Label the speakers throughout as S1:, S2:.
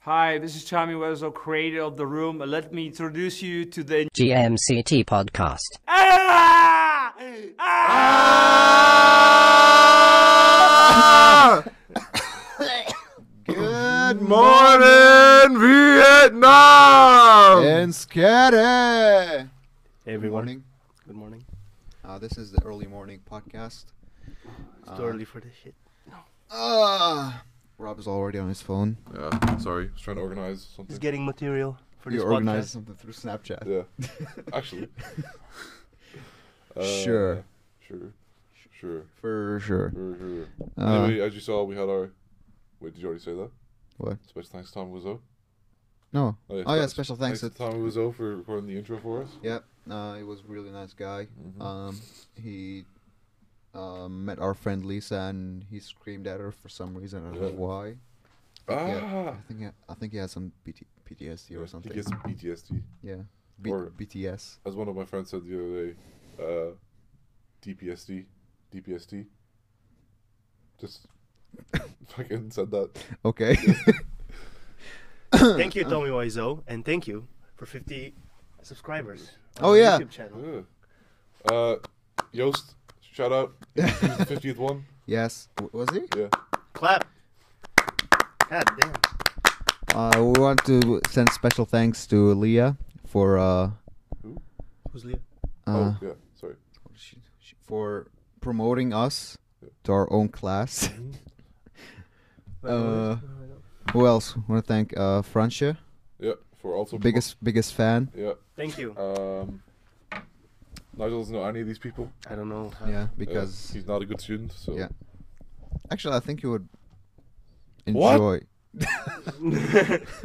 S1: Hi, this is Tommy Wiseau, creator of The Room. Let me introduce you to the.
S2: GMCT podcast.
S1: Ah!
S3: Good
S4: Morning, Vietnam!
S3: and scary.
S5: Hey everyone.
S3: Morning.
S5: Good morning.
S3: Uh, this is the early morning podcast. Uh,
S5: It's too early for this shit.
S3: Ah, Rob is already on his phone.
S4: yeah, sorry. I was trying to organize
S5: He's
S4: something.
S5: getting material for
S3: You
S5: this
S3: organized
S5: podcast.
S3: something through Snapchat.
S4: Yeah. Actually. Uh,
S3: Sure.
S4: Sure. Sure.
S3: For sure.
S4: Sure. Sure.
S3: Uh,
S4: anyway, as you saw, we had our. Wait, did you already say that?
S3: What?
S4: Special thanks to Tom Wiseau.
S3: No.
S4: yeah,
S3: Oh yeah,
S4: spe-
S3: special thanks.
S4: to Tom Wiseau for recording the intro for us. Mm-hmm.
S3: Yep. Uh, he was a really nice guy.
S4: Mm.
S3: Um, he um, met our friend Lisa and he screamed at her for some reason. I don't know
S4: Yeah.
S3: why.
S4: Ah!
S3: Yeah. I think I think he had some PT- PTSD or
S4: He
S3: something.
S4: gets PTSD.
S3: Yeah. B-
S4: Or-
S3: BTS.
S4: As one of my friends said the other day, uh, DPSD. DPSD. Just fucking said that.
S3: Okay.
S5: thank you, Tommy Wiseau, and thank you for 50 subscribers. on
S3: Oh,
S5: our
S3: yeah.
S5: YouTube channel.
S4: Yeah. Uh, Yost, shout out. He's the 50th one.
S3: yes. W- was he?
S4: Yeah.
S5: Clap. God damn.
S3: Uh, we want to send special thanks to Leah for uh,
S5: Who's Leah?
S3: uh,
S4: oh, yeah. Sorry.
S3: she- she- for promoting us to our own class.
S4: Mm-hmm.
S3: Uh, Who else? Want to thank uh, Francia,
S4: Yeah. For also promo-
S3: biggest biggest fan.
S4: Yeah.
S5: thank you.
S4: Um, Nigel doesn't know any of these people.
S5: I don't know. how-
S3: Yeah,
S4: Yeah,
S3: because
S4: Uh, he's not a good student. So
S3: yeah. Actually, I think you would
S4: What?
S3: enjoy.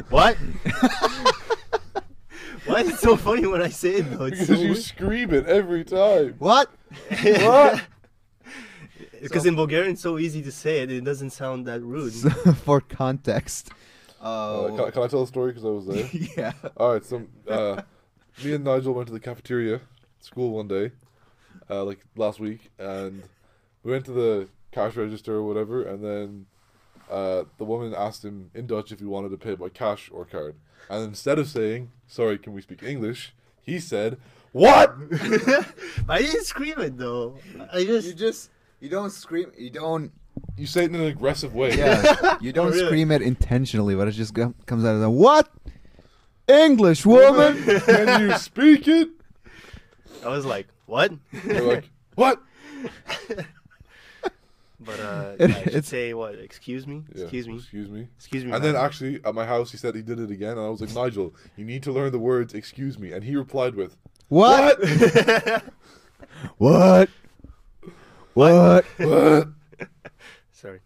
S5: What? Why is it so funny when I say it though? It's
S4: Because
S5: so
S4: you
S5: weird.
S4: scream it every time.
S3: What?
S5: Because in Bulgarian it's so easy to say it, it doesn't sound that rude.
S3: for context.
S4: Uh,
S3: Uh,
S4: can, can I tell a story? Because I was there.
S3: yeah.
S4: All right, so uh, me and Nigel went to the cafeteria at school one day, uh, like last week, and we went to the cash register or whatever, and then uh, the woman asked him in Dutch if he wanted to pay by cash or card, and instead of saying "Sorry, can we speak English," he said, "What?"
S5: I didn't scream it though. I just,
S3: You just you don't scream. You don't. Oh,
S4: You say it in an aggressive way.
S3: Yeah. You don't
S5: really?
S3: scream it intentionally, but it just go- comes out of the what? English woman.
S4: Can you speak it?
S5: I was like, what?
S4: They're like, "What?"
S5: But uh,
S3: It-
S5: yeah, I should
S3: it's-
S5: say what? Excuse me.
S4: Yeah,
S5: Excuse me.
S4: Excuse me.
S5: Excuse me.
S4: And then
S5: ma'am.
S4: actually at my house he said he did it again and I was like Nigel you need to learn the words excuse me and he replied with
S3: What? What? What?
S5: sorry.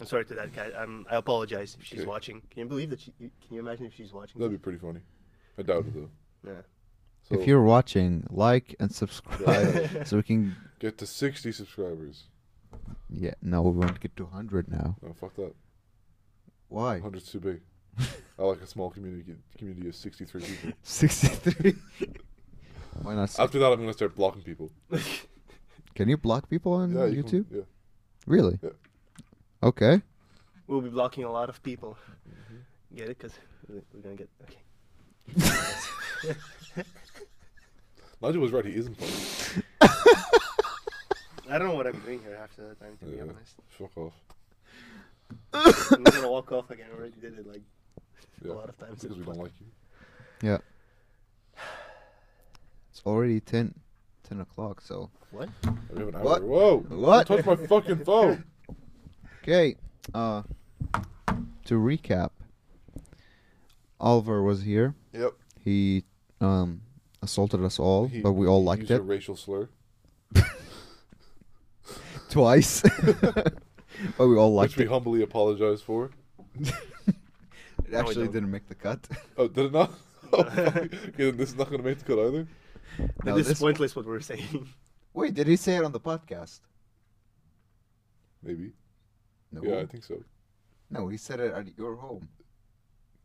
S5: I'm sorry to that guy. I'm, I apologize if she's
S4: Okay.
S5: watching. Can you believe that? She, can you imagine if she's watching?
S4: That'd be pretty funny. I doubt it though.
S5: Yeah.
S4: So
S3: If you're watching, like and subscribe so we can.
S4: get to sixty subscribers.
S3: Yeah, no, we won't get to 100 now.
S4: No, fuck that.
S3: Why?
S4: Hundred's too big. I like a small community community of sixty three people.
S3: 63. Why not? six-
S4: After that I'm gonna start blocking people.
S3: Can Mm, you block people on
S4: Yeah, you
S3: YouTube?
S4: Can, yeah.
S3: Really?
S4: Yeah.
S3: Okay.
S5: We'll be blocking a lot of people. Get it? Because we're gonna get. Okay.
S4: Nigel was right, he isn't funny.
S5: I don't know what I'm doing here after that time. To be
S4: Yeah.
S5: honest,
S4: Fuck off.
S5: I'm just gonna walk off again. I already did it like
S4: Yeah.
S5: a lot of times.
S4: Because we don't like you.
S3: Yeah. It's already 10, 10 o'clock, so.
S5: What?
S4: We have an hour.
S3: What?
S4: Whoa!
S3: What?
S4: Don't touch my fucking phone.
S3: Okay. Uh, to recap, Oliver was here.
S4: yep.
S3: He um, assaulted us all,
S4: He-
S3: but we all
S4: he
S3: liked
S4: used
S3: it
S4: A racial slur.
S3: twice. but we all liked
S4: which we
S3: it.
S4: humbly apologize for.
S3: It actually
S5: don't.
S3: didn't make the cut.
S4: Oh, did it not? Oh, fuck. okay, then this is not gonna make the cut either.
S3: No,
S5: this is
S3: this-
S5: pointless. What we're saying.
S3: Wait, did he say it on the podcast?
S4: Maybe.
S3: No.
S4: Yeah, I think so.
S3: No, he said it at your home.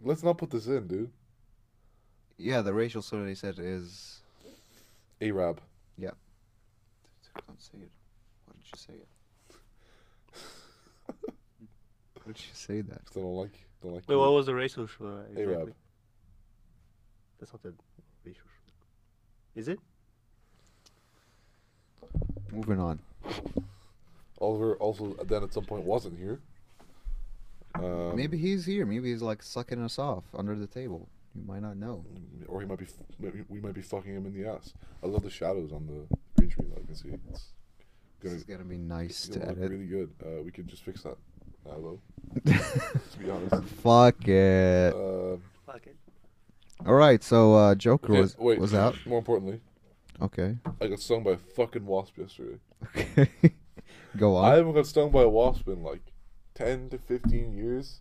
S4: Let's not put this in, dude.
S3: Yeah, the racial slur he said is.
S4: Arab.
S3: Yeah. Don't say it. Why did you say it? Why did you say that?
S4: Because I don't like don't like
S5: Wait, what was the racist? uh, exactly?
S4: Arab.
S5: That's not the racist. Is it?
S3: Moving on.
S4: Oliver also then at some point wasn't here. Um,
S3: Maybe he's here. Maybe he's like sucking us off under the table. You might not know.
S4: or he might be, f- maybe we might be fucking him in the ass. I love the shadows on the green screen. that I can see it's
S3: This
S4: gonna,
S3: is gonna be nice
S4: it's gonna
S3: to
S4: look
S3: edit.
S4: really good. Uh, we could just fix that, uh, though. to be honest.
S3: Fuck it.
S4: Um,
S5: Fuck it.
S3: All right, so uh, Joker
S4: yeah,
S3: was
S4: wait,
S3: was out.
S4: More importantly,
S3: Okay.
S4: I got stung by a fucking wasp yesterday.
S3: Okay. Go
S4: I
S3: on.
S4: haven't got stung by a wasp in like ten to fifteen years.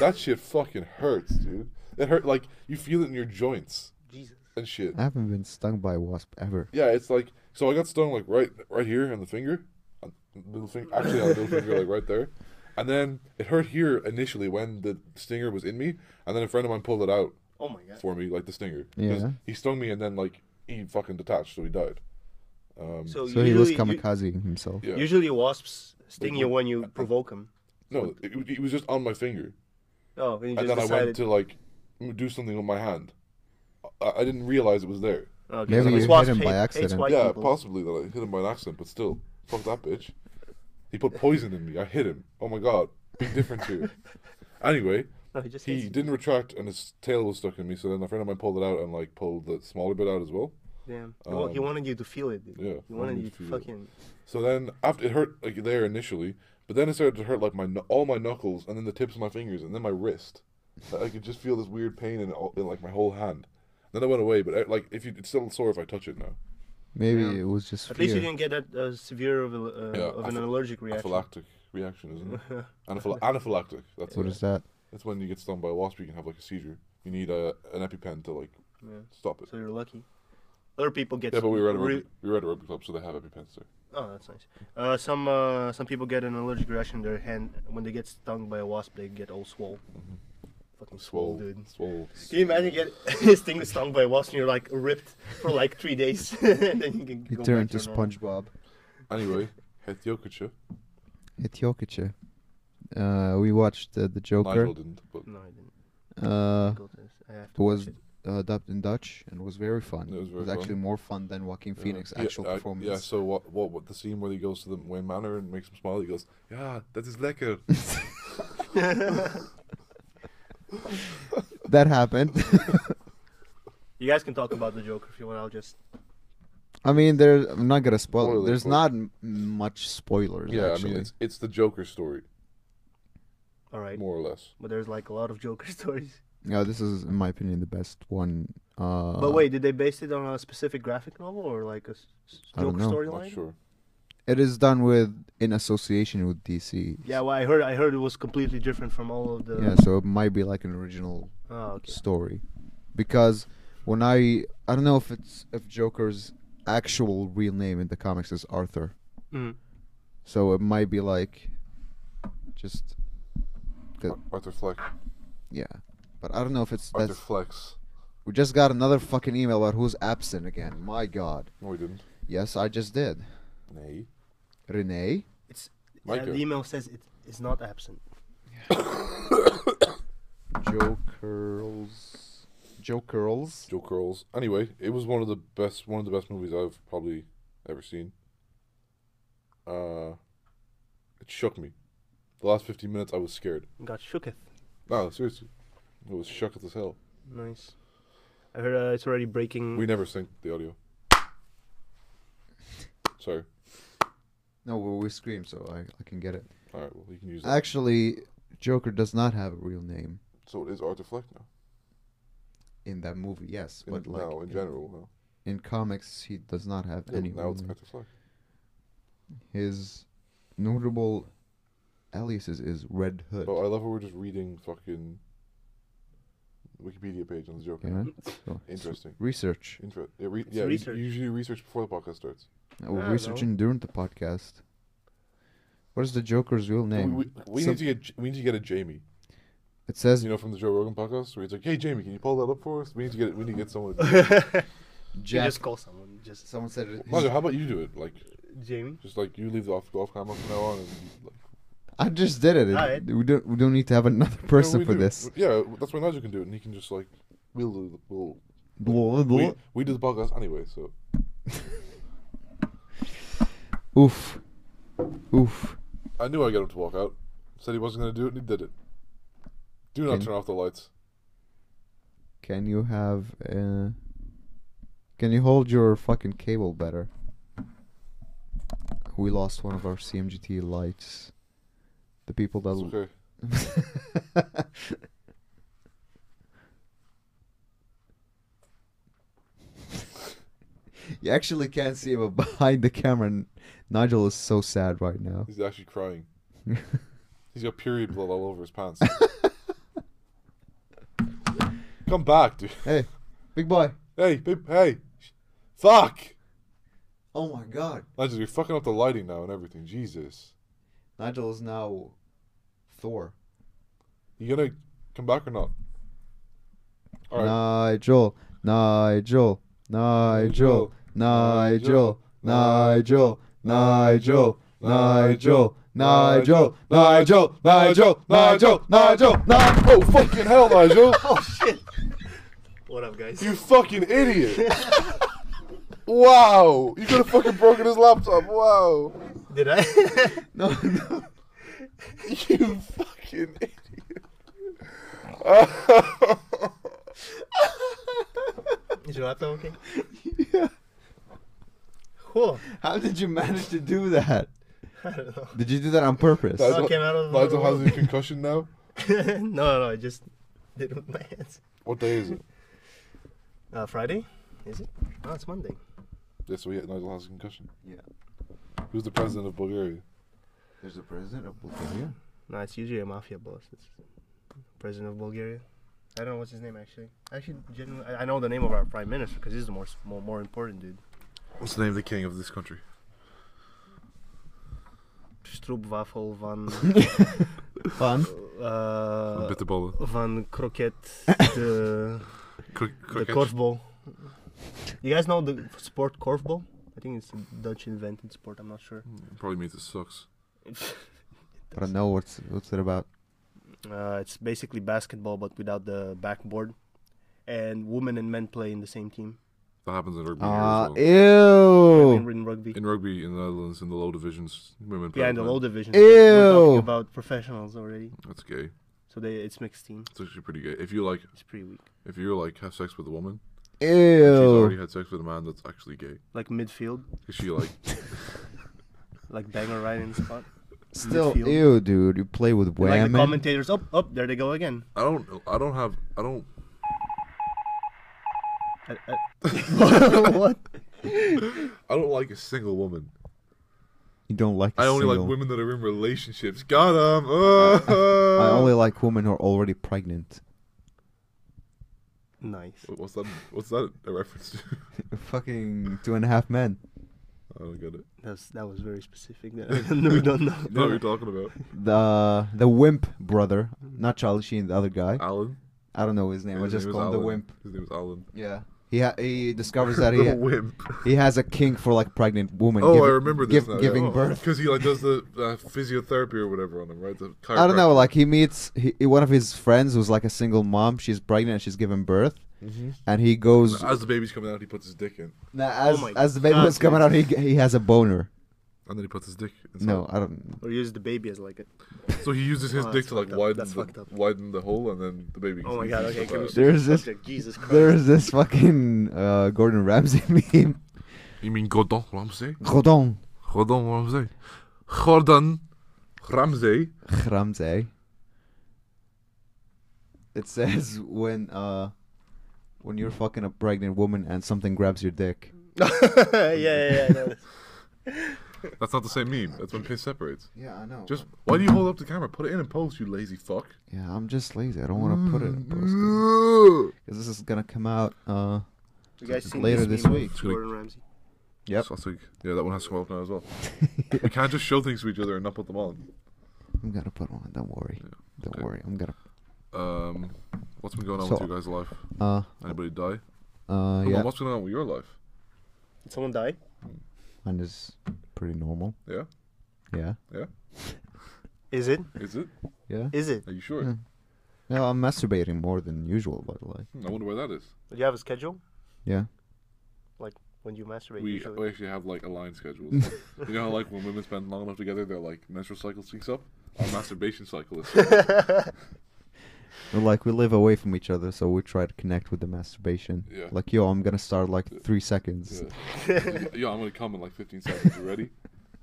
S4: that shit fucking hurts, dude. It hurt like you feel it in your joints
S5: Jesus.
S4: and shit.
S3: I haven't been stung by a wasp ever.
S4: Yeah, it's like so I got stung like right right here on the finger, on the middle finger, actually on the middle finger, like right there, and then it hurt here initially when the stinger was in me, and then a friend of mine pulled it out
S5: Oh my god.
S4: for me, like the stinger. 'cause
S3: Yeah.
S4: He stung me and then like he fucking detached, so he died. Um,
S5: So,
S3: So
S5: usually,
S3: he was
S5: you-
S3: kamikaze himself.
S4: yeah,
S5: usually wasps sting
S4: They
S5: you
S4: would-
S5: when you provoke them.
S4: no, it, it was just on my finger.
S5: Oh, and you
S4: and
S5: just
S4: then I
S5: decided.
S4: went to like m- do something with my hand. I, I didn't realize it was there.
S5: Oh, okay,
S3: Maybe
S5: so
S3: you
S5: this
S3: hit
S5: wasp
S3: him by
S5: hates- hates
S3: accident.
S5: white
S4: yeah,
S5: E people.
S4: possibly that I hit him by an accident, but still, fuck that bitch. He put poison in me. I hit him. Oh my god, big difference here. anyway,
S5: No, he just hates
S4: he
S5: you.
S4: didn't retract, and his tail was stuck in me. So then a friend of mine pulled it out and like pulled the smaller bit out as well.
S5: Damn. He wa- he
S4: Um,
S5: wanted you to feel it, dude.
S4: yeah,
S5: He
S4: wanted
S5: wanted
S4: me
S5: you
S4: to
S5: to
S4: feel it.
S5: fucking.
S4: So then after it hurt like there initially, but then it started to hurt like my kn- all my knuckles and then the tips of my fingers and then my wrist. Like, I could just feel this weird pain in, all, in like my whole hand. Then it went away, but uh, like if you, it's still sore if I touch it now.
S3: Maybe
S5: Yeah.
S3: it was just
S5: At
S3: fear.
S5: least you didn't get that uh, severe of, a, uh,
S4: Yeah,
S5: of an
S4: aphy-
S5: allergic reaction.
S4: Anaphylactic reaction, isn't it? Anaphyla- anaphylactic. That's
S3: What
S4: it.
S3: is that?
S4: That's when you get stung by a wasp. You can have like a seizure. You need a, an EpiPen to like
S5: Yeah.
S4: stop it.
S5: So you're lucky. Other people get.
S4: yeah, but we were at a
S5: re-
S4: rugby, we were at a rugby club, so they have EpiPens there.
S5: Oh, that's nice. Uh, some uh, some people get an allergic reaction in their hand when they get stung by a wasp. They get all swole. Fucking Mm-hmm. swole,
S4: Swole,
S5: dude.
S4: swole.
S5: Can you imagine get sting stung by a wasp and you're like ripped for like three days and then you can
S3: He
S5: go
S3: turned to
S5: back your normal-
S3: SpongeBob.
S4: Anyway, Hetiokicha.
S3: Etiokicha. Uh, we watched uh, the Joker.
S4: Nigel didn't, but
S5: No, I didn't.
S3: Uh,
S5: Go to this. I have
S3: it
S5: to
S3: was
S5: watch it.
S3: uh, dubbed in Dutch and it was very fun.
S4: It was very
S3: actually
S4: fun.
S3: more fun than Joaquin Phoenix'
S4: Yeah,
S3: actual
S4: I-
S3: performance.
S4: Yeah, so what, what, what the scene where he goes to the Wayne Manor and makes him smile, he goes, Yeah, that is lecker.
S3: That happened.
S5: You guys can talk about the Joker if you want. I'll just.
S3: I mean, there. I'm not gonna spoil.
S4: Spoiler,
S3: There's
S4: spoil-
S3: not m- much spoilers.
S4: yeah,
S3: actually.
S4: I mean, it's, it's the Joker story,
S5: All right.
S4: more or less.
S5: But there's like a lot of Joker stories.
S3: Yeah, this is, in my opinion, the best one. Uh,
S5: but wait, did they base it on a specific graphic novel or like a s- s-
S3: I don't
S5: Joker
S3: know.
S4: Not
S5: storyline?
S4: sure.
S3: it is done with in association with DC.
S5: Yeah, well, I heard. I heard it was completely different from all of the.
S3: Yeah, so it might be like an original
S5: Oh, okay.
S3: story, because when I I don't know if it's if Joker's actual real name in the comics is Arthur,
S5: Mm.
S3: so it might be like just the
S4: Arthur Fleck.
S3: yeah. But I don't know if it's
S4: Arthur
S3: that's.
S4: Flex.
S3: We just got another fucking email about who's absent again. My God.
S4: No, he didn't.
S3: Yes, I just did.
S4: Nay.
S3: Renee.
S5: It's. Yeah,
S4: Micah.
S5: the email says it is not absent.
S3: Joe Curls. Joe Curls.
S4: Joe Curls. Anyway, it was one of the best one of the best movies I've probably ever seen. Uh it shook me. The last fifteen minutes I was scared.
S5: Got shooketh.
S4: No, seriously. It was shook as hell.
S5: Nice. I heard uh, it's already breaking.
S4: We never synced the audio. Sorry.
S3: No, well, we scream, so I, I can get it.
S4: All right. Well, you can use that.
S3: Actually, Joker does not have a real name
S4: so it is Arthur Fleck now.
S3: in that movie. Yes,
S4: In,
S3: but like
S4: now, in general, now.
S3: in comics, he does not have
S4: Yeah,
S3: any.
S4: now
S3: real
S4: it's
S3: name.
S4: Arthur Fleck.
S3: His notable aliases is Red Hood.
S4: Oh, I love how we're just reading fucking Wikipedia page on the Joker.
S3: yeah. So,
S4: Interesting.
S3: research.
S4: Intro. Yeah, re-
S5: It's
S4: yeah you-
S5: research.
S4: You, usually research before the podcast starts.
S3: We're
S5: I don't
S3: researching during the podcast. What is the Joker's real
S4: We,
S3: name?
S4: we, we
S3: Some-
S4: need to get J- we need to get a Jamie.
S3: it says
S4: You know, from the Joe Rogan podcast, where he's like, "Hey, Jamie, can you pull that up for us? We need to get we need to get someone."
S5: You
S3: Jack.
S5: just call someone. Just
S3: Someone said it- his
S4: Roger, how about you do it? Like,
S5: Jamie.
S4: just like you leave the off off camera from now on, and like
S3: I just did it.
S5: Alright.
S3: We don't. We don't need to have another person
S4: we
S3: for
S4: do-
S3: this.
S4: Yeah, that's why Nigel can do it, and he can just like we'll do the we'll,
S3: Blah, blah.
S4: we, we do the podcast anyway. So
S3: Oof. Oof.
S4: I knew I'd get him to walk out. Said he wasn't going to do it, and he did it. Do not
S3: Can-
S4: turn off the lights.
S3: Can you have? Uh, can you hold your fucking cable better? We lost one of our CMGT lights. The people that
S4: It's okay.
S3: you actually can't see, but behind the camera, N- Nigel is so sad right now.
S4: He's actually crying. He's got period blood all over his pants. Come back, dude.
S3: Hey, big boy.
S4: Hey, babe, hey. Fuck!
S3: Oh my God.
S4: Nigel, you're fucking up the lighting now and everything. Jesus.
S3: Nigel is now Thor.
S4: You gonna come back or not? Alright.
S3: Nigel, Nigel, Nigel, Nigel, Nigel, Nigel, Nigel, Nigel, Nigel, Nigel, Nigel, Nigel, Nigel.
S4: Oh, fucking hell, Nigel!
S5: What up, guys?
S4: You fucking idiot! wow! You could have fucking broken his laptop. Wow!
S5: Did I?
S3: No, no.
S4: You fucking idiot.
S5: Is your laptop okay? yeah. Cool.
S3: How did you manage to do that?
S5: I don't know.
S3: Did you do that on purpose?
S5: Nigel- came out of the
S4: Nigel has
S5: woodwork.
S4: a concussion now.
S5: no, no, I just did it with my hands.
S4: What day is it?
S5: Uh, Friday? Is it? No, it's Monday.
S4: This week, Nigel has a concussion.
S3: Yeah.
S4: Who's the president of Bulgaria?
S3: There's a president of Bulgaria.
S5: No, it's usually a mafia boss. It's president of Bulgaria. I don't know what's his name actually. Actually, genuinely, I I know the name of our prime minister because he's the more, more more important dude.
S4: What's the name of the king of this country?
S5: Stroopwafel van
S3: Fun.
S5: uh,
S4: Bitterballen.
S5: van Kroket de,
S4: Cr-
S5: de korfbal. You guys know the sport korfbal? I think it's a Dutch invented sport. I'm not sure.
S4: Probably means it sucks.
S3: I don't know what's what's it about.
S5: Uh, it's basically basketball but without the backboard, and women and men play in the same team.
S4: That happens in rugby.
S3: Ah,
S4: here as well.
S3: ew.
S5: In, in rugby.
S4: in rugby in the Netherlands, in the low divisions, women play.
S5: Yeah, in the
S4: with
S5: low
S4: men.
S5: division. We're
S3: Ew.
S5: talking about professionals already.
S4: That's gay.
S5: So they it's mixed team.
S4: It's actually pretty gay. If you like,
S5: It's pretty weak.
S4: if you like have sex with a woman, she's already
S3: Ew.
S4: had sex with a man that's actually gay.
S5: Like midfield,
S4: 'Cause she like,
S5: like banger right in the spot.
S3: Still,
S5: midfield.
S3: ew, dude. You play with
S5: And Like the
S3: women.
S5: commentators, up, oh, up, there they go again.
S4: I don't, I don't have, I don't.
S5: I, I- what?
S4: I don't like a single woman.
S3: You don't like. a
S4: I only
S3: single-
S4: like women that are in relationships. Got 'em.
S3: I
S4: Uh,
S3: only like women who are already pregnant.
S5: Nice.
S4: What's that? What's that a reference to?
S3: Fucking two and a half men.
S4: I don't get it.
S5: That's that was very specific. That we don't know.
S4: You know what you're talking about,
S3: The the wimp brother, not Charlie Sheen, the other guy.
S4: Alan.
S3: I don't know his name. I
S4: His
S3: just
S4: name is
S3: call him the
S4: Alan.
S3: wimp.
S4: His name is Alan.
S3: Yeah. He ha- he discovers that
S4: the
S3: he ha-
S4: wimp.
S3: he has a kink for like pregnant women.
S4: Oh,
S3: givi-
S4: I remember this
S3: giv-
S4: now. Oh,
S3: giving birth.
S4: because he like does the uh, physiotherapy or whatever on him, right? The
S3: I don't know.
S4: chiropractor.
S3: Like he meets he, one of his friends who's like a single mom. She's pregnant and she's giving birth,
S4: Mm-hmm.
S3: and he goes
S4: as the baby's coming out, he puts his dick in,
S3: nah, as
S4: Oh
S5: my
S3: as the baby
S5: God,
S3: was coming out. He he has a boner.
S4: and then he puts his dick. Inside.
S3: No, I don't.
S5: Or use the baby as like a.
S4: So he uses his
S5: Oh,
S4: dick
S5: that's
S4: to like
S5: fucked up.
S4: widen
S5: That's fucked
S4: the,
S5: up.
S4: widen the hole, and then the baby.
S5: Oh my god. Okay. Can we switch
S3: There's this-
S5: subject? Jesus Christ.
S3: There's this fucking uh, Gordon Ramsay meme.
S4: You mean Gordon Ramsay?
S3: Gordon
S4: Gordon Ramsay. Gordon Ramsay.
S3: Ramsay. It says when uh when you're fucking a pregnant woman and something grabs your dick.
S5: yeah, yeah, yeah. I know.
S4: That's not the same meme. That's when piss separates.
S3: Yeah, I know.
S4: Just why do you hold up the camera? Put it in and post, you lazy fuck.
S3: yeah, I'm just lazy. I don't want to put it in post because this is gonna come out. Uh,
S5: You guys seen
S3: Later this
S5: meme of
S3: week.
S5: Gordon Ramsay.
S3: Yep.
S4: So I think- yeah, that one has to come up now as well. we can't just show things to each other and not put them on.
S3: I'm gonna put one. Don't worry. Don't
S4: okay.
S3: worry. I'm gonna.
S4: Um, what's been going on
S3: So-
S4: with you guys' life?
S3: Uh,
S4: Anybody die?
S3: uh,
S4: Come on,
S3: yeah.
S4: What's going on with your life?
S5: Did someone die?
S3: Mine is pretty normal.
S4: Yeah,
S3: Yeah.
S4: yeah.
S5: Is it?
S4: Is it?
S3: Yeah.
S5: Is it?
S4: Are you sure?
S3: Yeah. No, I'm masturbating more than usual, but like,
S4: Hmm, I wonder why that is.
S5: Do you have a schedule?
S3: Yeah.
S5: Like when you masturbate
S4: We, uh,
S5: usually?
S4: we actually have like aligned schedules. you know, how, like when women spend long enough together, their like menstrual cycle syncs up. Our masturbation cycle is. synced.
S3: we're like we live away from each other, so we try to connect with the masturbation.
S4: Yeah.
S3: Like, yo, I'm gonna start like three seconds.
S4: yeah. Yo, I'm gonna come in like 15 seconds. You ready?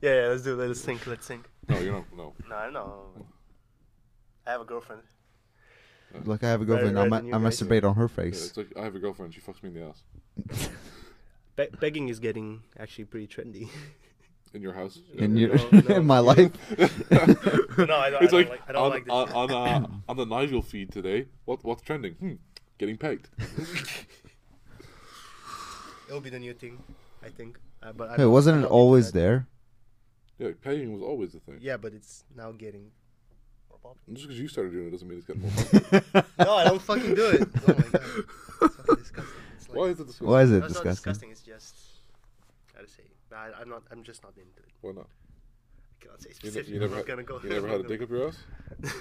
S5: Yeah, yeah, let's do it. Let's think. Let's think.
S4: No, you're not. No.
S5: No, I know. I have a girlfriend.
S3: Like, I have a
S5: Better
S3: girlfriend. I,
S5: rather
S3: ma-
S5: than
S3: I
S5: you guys.
S3: masturbate on her
S4: Yeah,
S3: face.
S4: it's like I have a girlfriend. She fucks me in the ass.
S5: Be- begging is getting actually pretty trendy.
S4: In your house.
S3: in
S5: No,
S3: your,
S5: uh, no.
S3: in my life.
S5: no, I don't,
S4: It's like,
S5: I don't like, I don't
S4: on,
S5: like this.
S4: on, on, uh, on the Nigel feed today. What what's trending? Hmm. Getting pegged.
S5: It'll be the new thing, I think. Uh, but I
S3: Hey,
S5: don't- I
S3: wasn't it
S5: don't
S3: always
S5: into that.
S3: there?
S4: Yeah, pegging was always the thing.
S5: Yeah, but it's now getting. more popular.
S4: Just because you started doing it doesn't mean it's getting more. popular.
S5: No, I don't fucking do it. Oh my god, it's fucking disgusting. It's like,
S4: Why is it disgusting?
S3: Why is it
S5: No, it's not
S3: disgusting?
S5: disgusting. It's just. Gotta say, nah, I, I'm not. I'm just not into it.
S4: Why not?
S5: I cannot say
S4: You, ne-
S5: specifically.
S4: you never,
S5: I'm
S4: had,
S5: not gonna go.
S4: you never had a dick up your ass.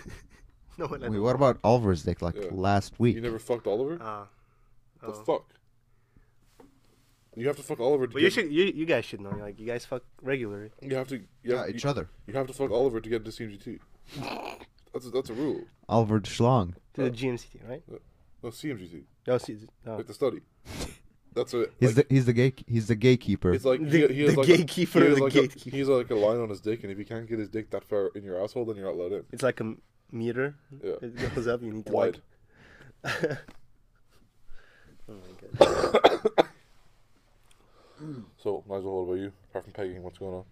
S5: no, when I
S3: Wait, what about Oliver's dick? Like
S4: Yeah.
S3: last week.
S4: You never fucked Oliver.
S5: Ah.
S4: The
S5: oh.
S4: fuck. You have to fuck Oliver. To
S5: But
S4: get,
S5: you should. You, you guys should know. Like you guys fuck regularly.
S4: You have to. You
S3: yeah,
S4: have,
S3: each
S4: you,
S3: other.
S4: you have to fuck Oliver to get into CMGT. That's a, that's a rule.
S3: Oliver Schlong.
S5: To the GMC team, right?
S4: No CMGT.
S5: No, see, no.
S4: Like the study. That's a.
S3: He's
S4: like,
S3: the he's the gay he's the gatekeeper.
S4: It's like
S5: The-
S4: he, he has
S5: the
S4: like
S5: gatekeeper
S4: he
S5: of
S4: has
S5: the
S4: like
S5: gatekeeper.
S4: A, he's like a line on his dick, and if you can't get his dick that far in your asshole, then you're not allowed in.
S5: It's like a m- meter.
S4: Yeah.
S5: It goes up. You need to
S4: Wide.
S5: like. Oh my god.
S4: So Nigel, what about you? Apart from pegging, what's going on?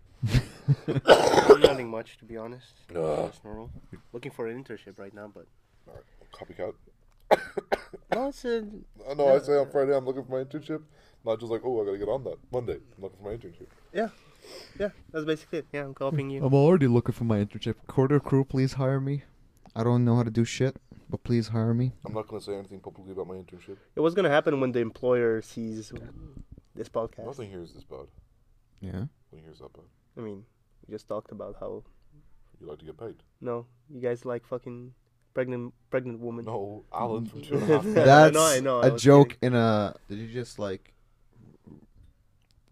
S5: Nothing much, to be honest.
S4: Nah.
S5: It's normal. Looking for an internship right now, but
S4: Oh, Copycat.
S5: no, it's uh, a,
S4: I know I say on Friday I'm looking for my internship. Nigel's like, oh, I gotta get on that Monday. I'm looking for my internship.
S5: yeah, yeah. That's basically it. Yeah, I'm copying you.
S4: Um,
S3: I'm already looking for my internship. Quarter crew, please hire me. I don't know how to do shit, but please hire me.
S4: I'm not gonna say anything publicly about my internship.
S5: It was gonna happen when the employer sees this podcast.
S4: Nothing here is this bad.
S3: Yeah.
S4: Nothing here is that bad.
S5: I mean, we just talked about how
S4: You like to get paid?
S5: no, you guys like fucking pregnant pregnant woman.
S4: No, Alan from Two and a Half. Men.
S5: I
S3: That's
S5: know, I know, I
S3: a
S5: was
S3: joke in a. Did you just like?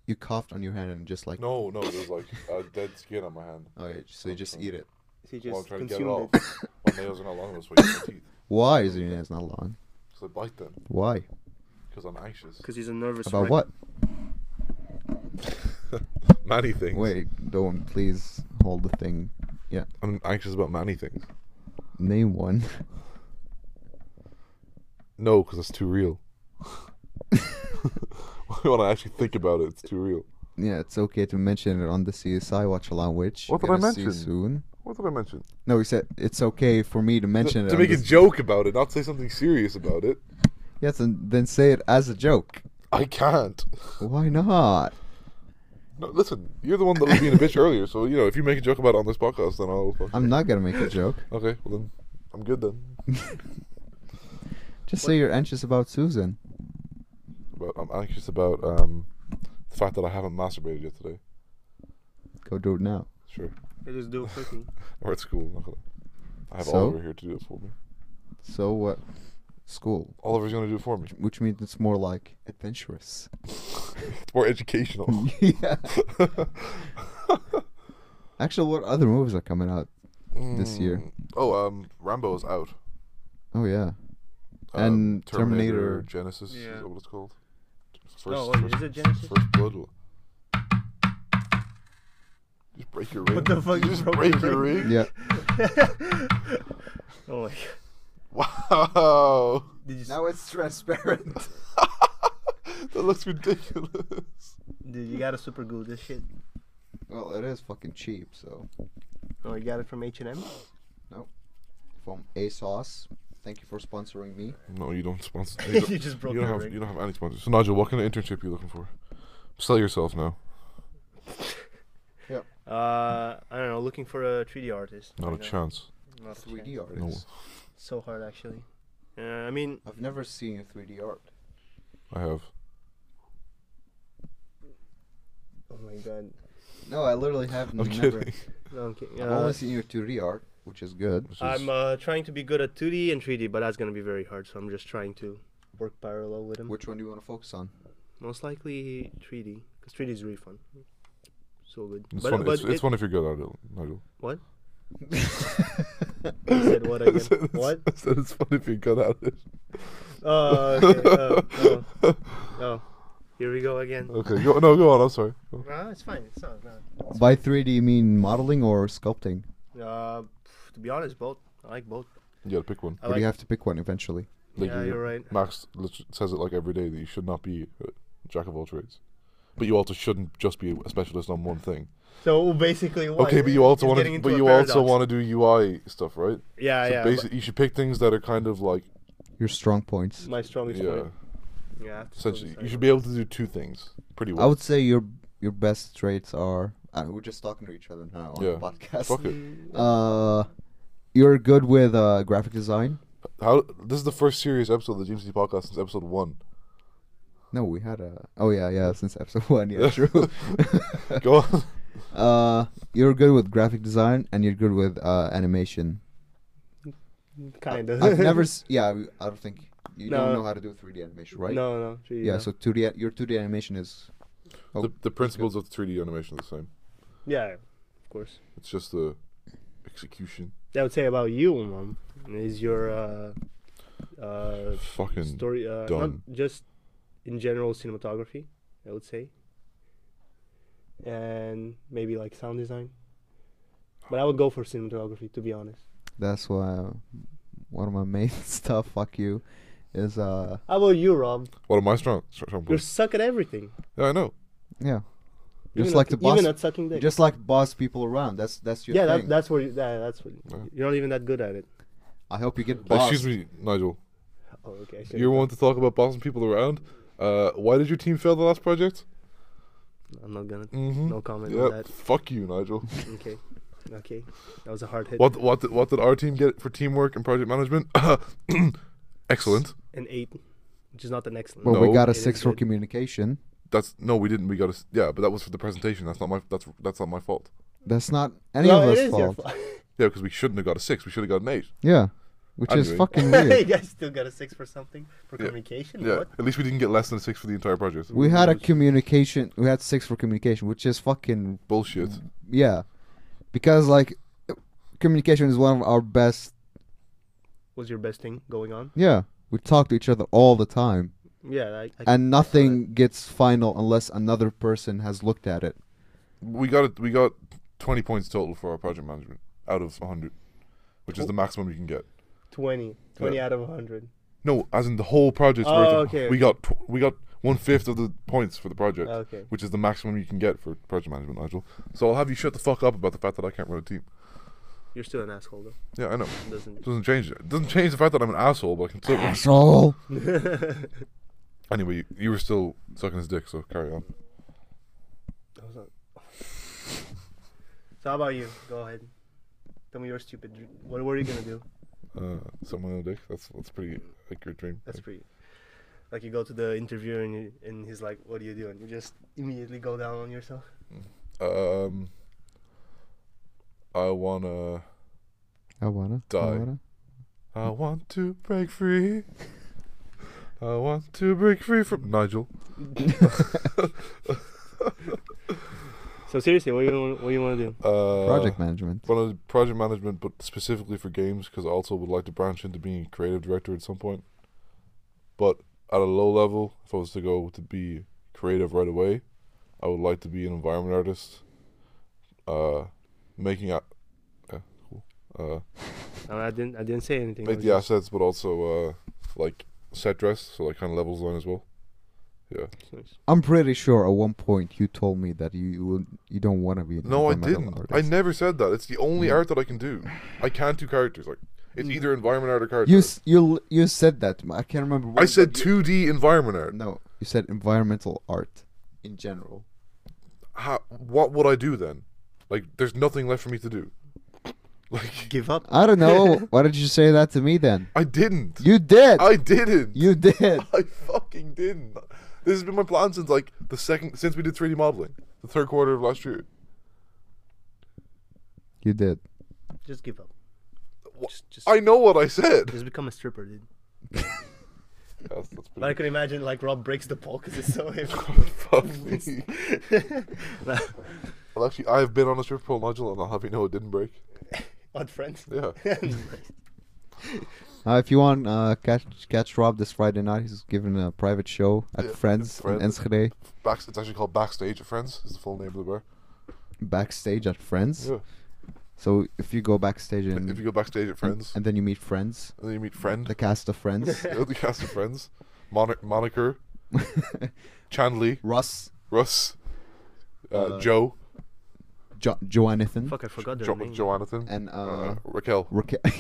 S3: You coughed on your hand and just like.
S4: No, no, there's like a dead skin on my hand.
S3: Oh, yeah, so you just eat it.
S5: She
S4: While I'm
S5: just
S4: trying to get it
S5: consumed
S4: off.
S5: it.
S4: my nails are not long enough, so I use my teeth.
S3: Why is your nails not long?
S4: Because I bite them.
S3: Why?
S4: Because I'm anxious.
S5: Because he's a nervous.
S3: About
S5: wreck.
S3: what?
S4: Many things.
S3: Wait, don't please hold the thing. Yeah,
S4: I'm anxious about many things.
S3: name one.
S4: No, because it's too real. when I actually think about it, it's too real.
S3: Yeah, it's okay to mention it on the CSI watch along, which
S4: What did
S3: you're
S4: I
S3: gonna see
S4: mention?
S3: soon.
S4: What did I mention?
S3: No, he said it's okay for me to mention it.
S4: to
S3: on
S4: make a
S3: this-
S4: joke about it, not say something serious about it.
S3: Yes, and then say it as a joke.
S4: I can't.
S3: Why not?
S4: No, listen, you're the one that was being a bitch earlier, so you know if you make a joke about it on this podcast, then I'll. fuck-
S3: I'm not gonna make a joke.
S4: Okay, well then, I'm good then.
S3: Just say you're anxious about Susan.
S4: But I'm anxious about um, the fact that I haven't masturbated yet today.
S3: Go do it now.
S4: Sure,
S5: They just do it quickly.
S4: or at school. I'm not gonna. I have
S3: So?
S4: Oliver here to do it for me.
S3: So what? School,
S4: Oliver's gonna do it for me.
S3: which means it's more like adventurous.
S4: It's more educational.
S3: yeah. Actually, what other movies are coming out this year?
S4: Oh, um, Rambo's out. Uh,
S3: Oh yeah. And Uh, Terminator-
S4: Genesis
S5: Yeah.
S4: is that what it's called. First,
S5: No, wait, is it Genesis?
S4: First Blood. will- Just break your ring.
S5: What the fuck?
S4: You just break your ring.
S3: Yeah.
S5: Oh my god.
S4: Wow,
S5: Did you,
S3: Now it's transparent.
S4: that looks ridiculous.
S5: dude, you gotta super glue this shit.
S3: well, it is fucking cheap, so
S5: Oh, you got it from H and M.
S3: from ASOS. Thank you for sponsoring me.
S4: No, you don't sponsor.
S5: You
S4: You don't,
S5: just broke
S4: you don't
S5: your
S4: have.
S5: ring.
S4: You don't have any sponsors. So Nigel, what kind of internship are you looking for? Sell yourself now.
S5: Uh, I don't know. Looking for a 3D artist.
S4: Not a
S5: right now.
S4: chance.
S5: Not a chance.
S3: 3D artist.
S4: No,
S5: So hard, actually. Uh, I mean,
S3: I've never seen a 3D art.
S4: I have.
S5: oh my god.
S3: No, I literally have
S4: I'm
S3: never.
S4: kidding.
S5: No, I'm kidding.
S3: I've
S5: Uh,
S3: only seen your 2D art. which is good.
S4: Which is,
S5: I'm uh, trying to be good at 2D and 3D, but that's gonna be very hard. So I'm just trying to work parallel with him.
S3: Which one do you want to focus on?
S5: Most likely 3D, because 3D is really fun. So good.
S4: it's,
S5: but
S4: fun.
S5: but
S4: it's, it's
S5: it-
S4: fun if you're good at it, Nigel.
S5: What? I said what again? what?
S4: I said it's fun if you're good at it.
S5: Oh, okay. oh, oh, oh. Here we go again.
S4: Okay, go, no, go on. I'm sorry. Go.
S5: Ah, it's fine. It's not. not.
S3: By 3D, you mean modeling or sculpting?
S5: Uh, pff, to be honest, both. I like both.
S4: You gotta pick one.
S5: I
S3: But
S5: like.
S3: you have to pick one eventually.
S4: Like,
S5: Oh, yeah,
S4: you-
S5: you're right.
S4: Max lit- says it like every day that you should not be a jack of all trades, but you also shouldn't just be a specialist on one thing.
S5: So basically, what?
S4: Okay, but you also
S5: He's
S4: want
S5: getting
S4: to,
S5: into
S4: but
S5: a
S4: you also
S5: paradox.
S4: want to do UI stuff, right?
S5: Yeah,
S4: so
S5: yeah. but
S4: Basically, you should pick things that are kind of like
S3: Your strong points.
S5: My strongest
S4: yeah.
S5: point. Yeah. I have to still
S4: Essentially, you
S5: decide.
S4: should be able to do two things pretty well.
S3: I would say your your best traits are. And we're just talking to each other now on
S4: Yeah.
S3: the podcast.
S4: Fuck it.
S3: Uh, you're good with uh, graphic design.
S4: How this is the first serious episode of the GMC podcast since episode one.
S3: No, we had a. Oh yeah, yeah. Since episode one, yeah, true.
S4: Go on.
S3: uh, you're good with graphic design and you're good with uh, animation.
S5: Kinda.
S3: I've never. S- yeah, we- I don't think you don't
S5: No.
S3: know how to do 3D animation, right?
S5: No, no. uh, Three,
S3: Yeah. So 2D, a- your 2D animation is. Oh,
S4: the, the principles of 3D animation are the same.
S5: Yeah, of course.
S4: It's just the execution.
S5: I would say about you, mom, is your uh, uh,
S4: Fucking
S5: story uh, not
S4: done.
S5: just in general cinematography. I would say, and maybe like sound design. But I would go for cinematography, to be honest.
S3: that's why one of my main stuff. Fuck you, is uh
S5: How about you, Rob?
S4: What am I strong? strong
S5: You're
S4: points?
S5: suck at everything.
S4: Yeah, I know.
S3: yeah,
S5: Even
S3: just
S5: at-
S3: like the boss,
S5: Even at sucking dick.
S3: just like boss people around. That's that's your
S5: yeah, that,
S3: thing.
S5: that's where you, that, that's what you're not even that good at it.
S3: I hope you get
S4: Uh,
S3: boss.
S4: Excuse me, Nigel.
S5: Oh, okay. I should've
S4: You're
S5: done-
S4: one to talk about bossing people around. Uh, why did your team fail the last project?
S5: I'm not gonna.
S3: Mm-hmm.
S4: Mhm.
S5: No comment on
S4: Yeah,
S5: that.
S4: fuck you, Nigel.
S5: Okay. Okay. That was a hard hit.
S4: what what did, what did our team get for teamwork and project management? Excellent.
S5: An eight, which is not the next one.
S3: Well, we
S4: No.
S3: got
S5: It
S3: a
S5: is
S3: six for
S5: good.
S3: communication.
S4: That's no, we didn't. We got a s- yeah, but that was for the presentation. That's not my that's that's not my fault.
S3: That's not any
S5: no,
S3: of
S5: it
S3: us'
S5: is
S3: fault.
S5: your fault.
S4: Yeah, because we shouldn't have got a six. We should have got an eight.
S3: Yeah, which is
S4: Anyway.
S3: fucking
S5: you
S3: weird.
S5: guys still got a six for something for
S4: Yeah.
S5: communication.
S4: Yeah,
S5: What?
S4: at least we didn't get less than a six for the entire project.
S3: We had a communication. We had six for communication, which is fucking
S4: Bullshit.
S3: yeah, because like communication is one of our best.
S5: Was your best thing going on?
S3: Yeah, we talk to each other all the time,
S5: Yeah. I, I
S3: and nothing gets final unless another person has looked at it.
S4: We got it. We got twenty points total for our project management out of hundred, which is the maximum you can get.
S5: Twenty. Twenty
S4: Yeah.
S5: out of hundred.
S4: No, as in the whole project's
S5: Oh,
S4: worth. of-
S5: okay, Oh,
S4: We got tw- we got one fifth of the points for the project,
S5: Okay.
S4: which is the maximum you can get for project management, Nigel. So I'll have you shut the fuck up about the fact that I can't run a team.
S5: You're still an asshole though.
S4: Yeah, I know.
S5: Doesn't.
S4: Doesn't change it. Doesn't change the fact that I'm an asshole, but I can still.
S3: Asshole.
S4: Anyway, you, you were still sucking his dick, so carry on.
S5: So how about you? Go ahead. Tell me your stupid. dr- What were you gonna do?
S4: Uh, suck my own dick. That's that's pretty like your dream.
S5: That's pretty. Like you go to the interviewer and, you, and he's like, "What are you doing?" You just immediately go down on yourself.
S4: Um, I wanna,
S3: I wanna I
S4: Die.
S3: wanna.
S4: I want to break free. I want to break free from Nigel.
S5: So seriously, what you want, what you want to do?
S4: Uh,
S3: Project management.
S4: Well, uh, project management, but specifically for games, because I also would like to branch into being a creative director at some point. But at a low level, if I was to go to be creative right away, I would like to be an environment artist, uh, making a- uh, cool. uh,
S5: No, I didn't. I didn't say anything. I
S4: make
S5: was
S4: the
S5: just-
S4: assets, but also uh, like set dress, so like kind of level design as well. Yeah.
S3: I'm pretty sure at one point you told me that you you, would, you don't want to be. an
S4: No, I
S3: environmental
S4: didn't. I
S3: artist.
S4: never said that. It's the only art that I can do. I can't do characters. Like it's either environment art or character.
S3: You
S4: art.
S3: s- you l- you said that. to me. I can't remember.
S4: I
S3: when,
S4: said
S3: but you-
S4: 2D environment art.
S3: No, you said environmental art in general.
S4: How, what would I do then? Like, there's nothing left for me to do. Like,
S5: Give up.
S3: I don't know. Why did you say that to me then?
S4: I didn't.
S3: You did.
S4: I didn't.
S3: you did.
S4: I fucking didn't. This has been my plan since like the second since we did 3D modeling, the third quarter of last year.
S3: You did.
S5: Just give up.
S4: wh-
S5: Just, just,
S4: I know what I said.
S5: just become a stripper, dude.
S4: That's, that's
S5: But I
S4: pretty
S5: can imagine like Rob breaks the pole because it's so heavy.
S4: Fuck me. Well, actually, I've been on a strip pole nodule, and I'll have you know it didn't break.
S5: On friends.
S4: Yeah.
S3: Uh, if you want uh, catch catch Rob this Friday night, he's giving a private show at
S4: Yeah, at
S3: Friends in
S4: Friends.
S3: Enschede.
S4: Back, it's actually called Backstage at Friends. Is the full name of the bar.
S3: Backstage at Friends.
S4: Yeah.
S3: So if you go backstage and
S4: If you go backstage at Friends,
S3: Mm-hmm. and then you meet Friends,
S4: and then you meet Friend,
S3: the cast of Friends,
S4: the cast of Friends, Mon- Moniker, Chandley,
S3: Russ,
S4: Russ, uh, Joe,
S3: jo- Joannathan,
S5: Fuck, I forgot their
S4: jo-
S5: name.
S4: Joannathan,
S3: and uh,
S4: uh, Raquel,
S3: Raquel.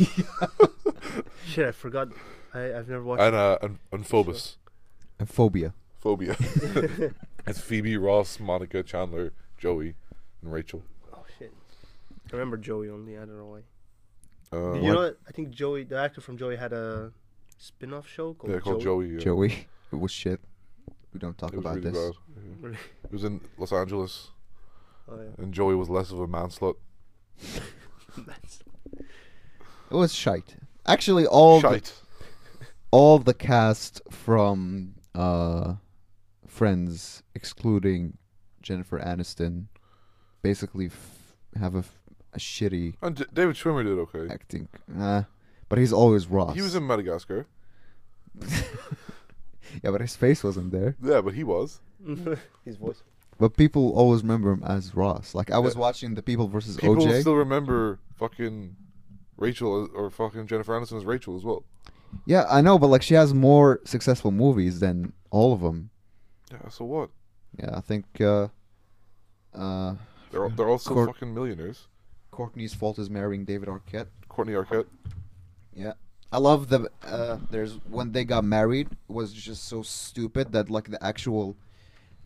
S5: Shit, I forgot. I, I've never watched.
S4: and uh, and, and Phobos,
S3: and Phobia.
S4: Phobia. it's Phoebe, Ross, Monica, Chandler, Joey, and Rachel.
S5: oh shit. I remember Joey only. I don't know why.
S4: Uh,
S5: Did you know what? I think Joey, the actor from Joey, had a spin-off show called,
S4: yeah, called Joey. yeah.
S3: Joey, it was shit. We don't talk
S4: It was
S3: about
S4: really
S3: this.
S4: bad. Yeah. It was in Los Angeles,
S5: Oh yeah.
S4: and Joey was less of a man slut.
S5: That's-
S3: It was shite. Actually, all the,
S4: Shite.
S3: all the cast from uh, Friends, excluding Jennifer Aniston, basically f- have a, f- a shitty
S4: And D- David Schwimmer did okay.
S3: acting. Uh, but he's always Ross.
S4: He was in Madagascar.
S3: yeah, but his face wasn't there.
S4: Yeah, but he was.
S5: His voice.
S3: But people always remember him as Ross. Like I was watching The People versus
S4: People
S3: OJ.
S4: still remember fucking Rachel or fucking Jennifer Aniston as Rachel as well.
S3: yeah, I know, but like she has more successful movies than all of them.
S4: Yeah, so what?
S3: Yeah, I think uh, uh,
S4: They're all, they're all still
S3: Cor-
S4: fucking millionaires.
S3: Courtney's fault is marrying David Arquette.
S4: Courtney Arquette.
S3: Yeah. I love the uh, there's when they got married was just so stupid that like the actual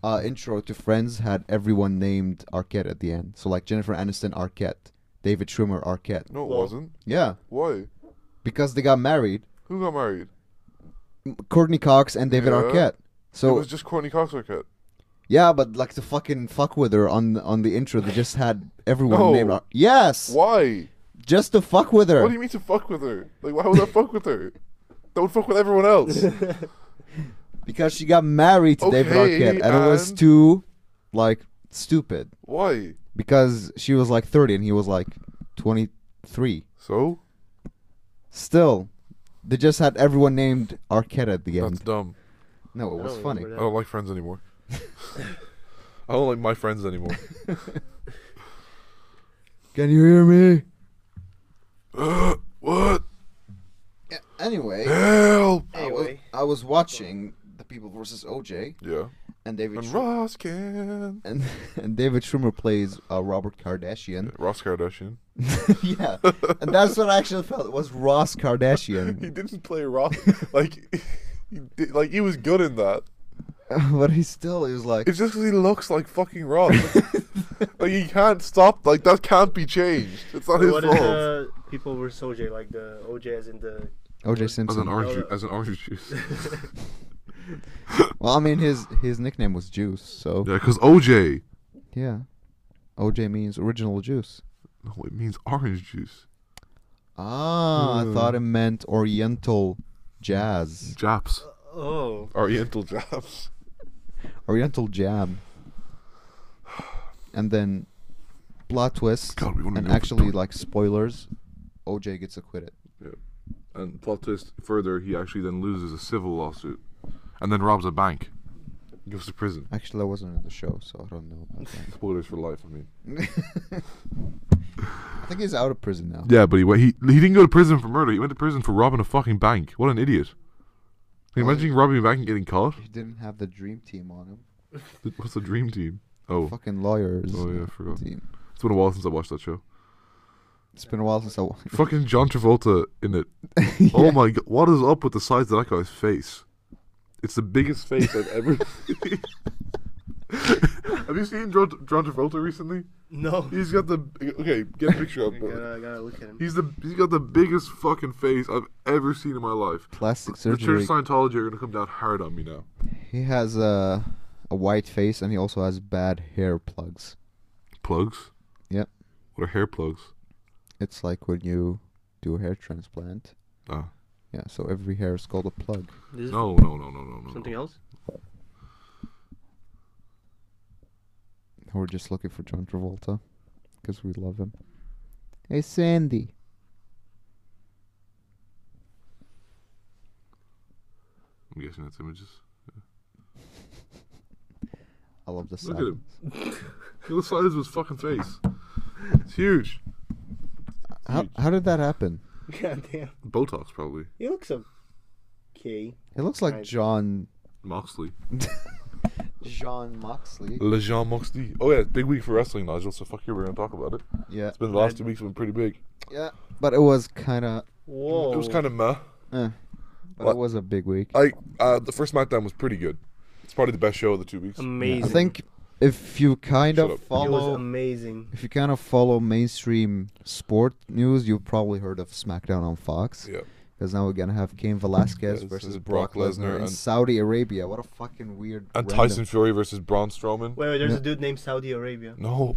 S3: uh, intro to Friends had everyone named Arquette at the end. So like Jennifer Aniston Arquette, David Schwimmer Arquette.
S4: No, it
S5: Well-
S4: wasn't.
S3: Yeah,
S4: Why?
S3: because they got married,
S4: Who got married?
S3: Courtney Cox and David
S4: Yeah.
S3: Arquette.
S4: it
S3: So
S4: was just Courtney Cox Arquette.
S3: yeah, but like to fucking fuck with her on on the intro, they just had everyone
S4: No.
S3: named. Ar- yes,
S4: Why?
S3: just to fuck with her.
S4: What do you mean to fuck with her? Like, why would I fuck with her? Don't fuck with everyone else.
S3: Because she got married to David
S4: Okay,
S3: Arquette, and, it was
S4: and-
S3: too, like, stupid.
S4: Why?
S3: Because she was like 30 and he was like 23.
S4: So
S3: Still, they just had everyone named Arquette at the
S4: that's
S3: end.
S4: dumb.
S3: No, it
S5: I
S3: was
S5: don't
S3: funny.
S5: remember
S4: I don't like friends anymore. I don't like my friends anymore.
S3: Can you hear me?
S4: what?
S3: Anyway,
S4: Help!
S3: I was, I was watching The People versus OJ,
S4: Yeah.
S3: and David
S4: And
S3: Schwimmer,
S4: Ross can.
S3: and, and David Schwimmer plays uh, Robert Kardashian.
S4: Ross Kardashian.
S3: yeah, and that's what I actually felt was Ross
S4: He
S3: Kardashian,
S4: didn't play Ross. like, he did, like he was good in that.
S3: but he still he was like,
S4: It's just 'cause he looks like fucking Ross. like he can't stop. Like that can't be changed. It's not his
S5: What uh, is
S4: fault.
S5: the people were OJ like the OJ as in the
S3: OJ Simpson.
S5: orange ju- as
S4: an orange juice.
S3: Well, I mean, his his nickname was Juice, so
S4: yeah, because OJ.
S3: yeah. OJ means original juice.
S4: No, it means orange juice.
S3: Ah, I thought it meant Oriental jazz,
S4: Japs.
S5: oh
S4: Oriental Japs.
S3: Oriental jam, and then plot twist,
S4: God, we wanna
S3: and
S4: know for
S3: actually
S4: twen-
S3: like spoilers. OJ gets acquitted.
S4: And plot twist further, he actually then loses a civil lawsuit, and then robs a bank. Goes to prison.
S3: Actually, I wasn't in the show, so I don't know. About that.
S4: Spoilers for life. I mean.
S3: I think he's out of prison now.
S4: Yeah, but he went, he he didn't go to prison for murder. He went to prison for robbing a fucking bank. What an idiot! Can you imagine robbing a bank and getting caught?
S3: He didn't have the dream team on him.
S4: Th- What's the dream team? Oh,
S3: Fucking lawyers.
S4: oh yeah, I forgot.
S3: Team.
S4: It's been a while since I watched that show.
S3: It's been a while since I. wa-
S4: Fucking John Travolta in it. Oh my god, what is up with the size of that guy's face? It's the biggest face I've ever. seen. Have you seen John, John Travolta recently?
S5: no.
S4: He's got the okay. Get a picture up.
S5: I
S4: but
S5: gotta, I gotta look at him.
S4: He's the he's got the biggest fucking face I've ever seen in my life.
S3: Plastic
S4: The Church
S3: surgery.
S4: of Scientology are gonna come down hard on me now.
S3: He has a a white face and he also has bad hair plugs.
S4: Plugs?
S3: Yep.
S4: What are hair plugs?
S3: It's like when you do a hair transplant.
S6: Uh,
S3: Yeah, so every hair is called a plug.
S5: This is
S6: no, no, no, no, no, no.
S5: something else.
S3: We're just looking for John Travolta because we love him. Hey, Sandy.
S6: I'm guessing that's images.
S3: I love the
S6: Look
S3: silence.
S6: at him. Look at the size of his fucking face. It's huge.
S3: How, how did that happen?
S5: God damn.
S6: Botox probably.
S5: He looks okay.
S3: It looks like
S5: Right.
S3: John.
S6: Moxley.
S3: John Moxley.
S4: Le Jean Moxley. Oh yeah, big week for wrestling, Nigel. So fuck you. We're gonna talk about it.
S3: Yeah,
S4: It's been the last two weeks have been pretty big.
S3: yeah. But it was kind of.
S5: Whoa.
S4: It was kind of meh.
S3: Eh, but
S4: What?
S3: it was a big week.
S4: Like uh, the first SmackDown was pretty good. It's probably the best show of the two weeks.
S5: amazing.
S3: I think if you kind
S4: Shut
S3: of
S4: up. It
S5: it was
S3: follow,
S5: amazing.
S3: if you kind of follow mainstream sport news, you've probably heard of SmackDown on Fox.
S4: Yeah.
S3: Because now we're gonna have Cain Velasquez
S4: Yes, this
S3: versus
S4: is
S3: Brock,
S4: Brock Lesnar
S3: Lesnar in
S4: and-
S3: Saudi Arabia. What a fucking weird.
S4: And
S3: random-
S4: Tyson Fury versus Braun Strowman.
S5: Wait, wait. There's
S3: Yeah.
S5: a dude named Saudi Arabia.
S4: No.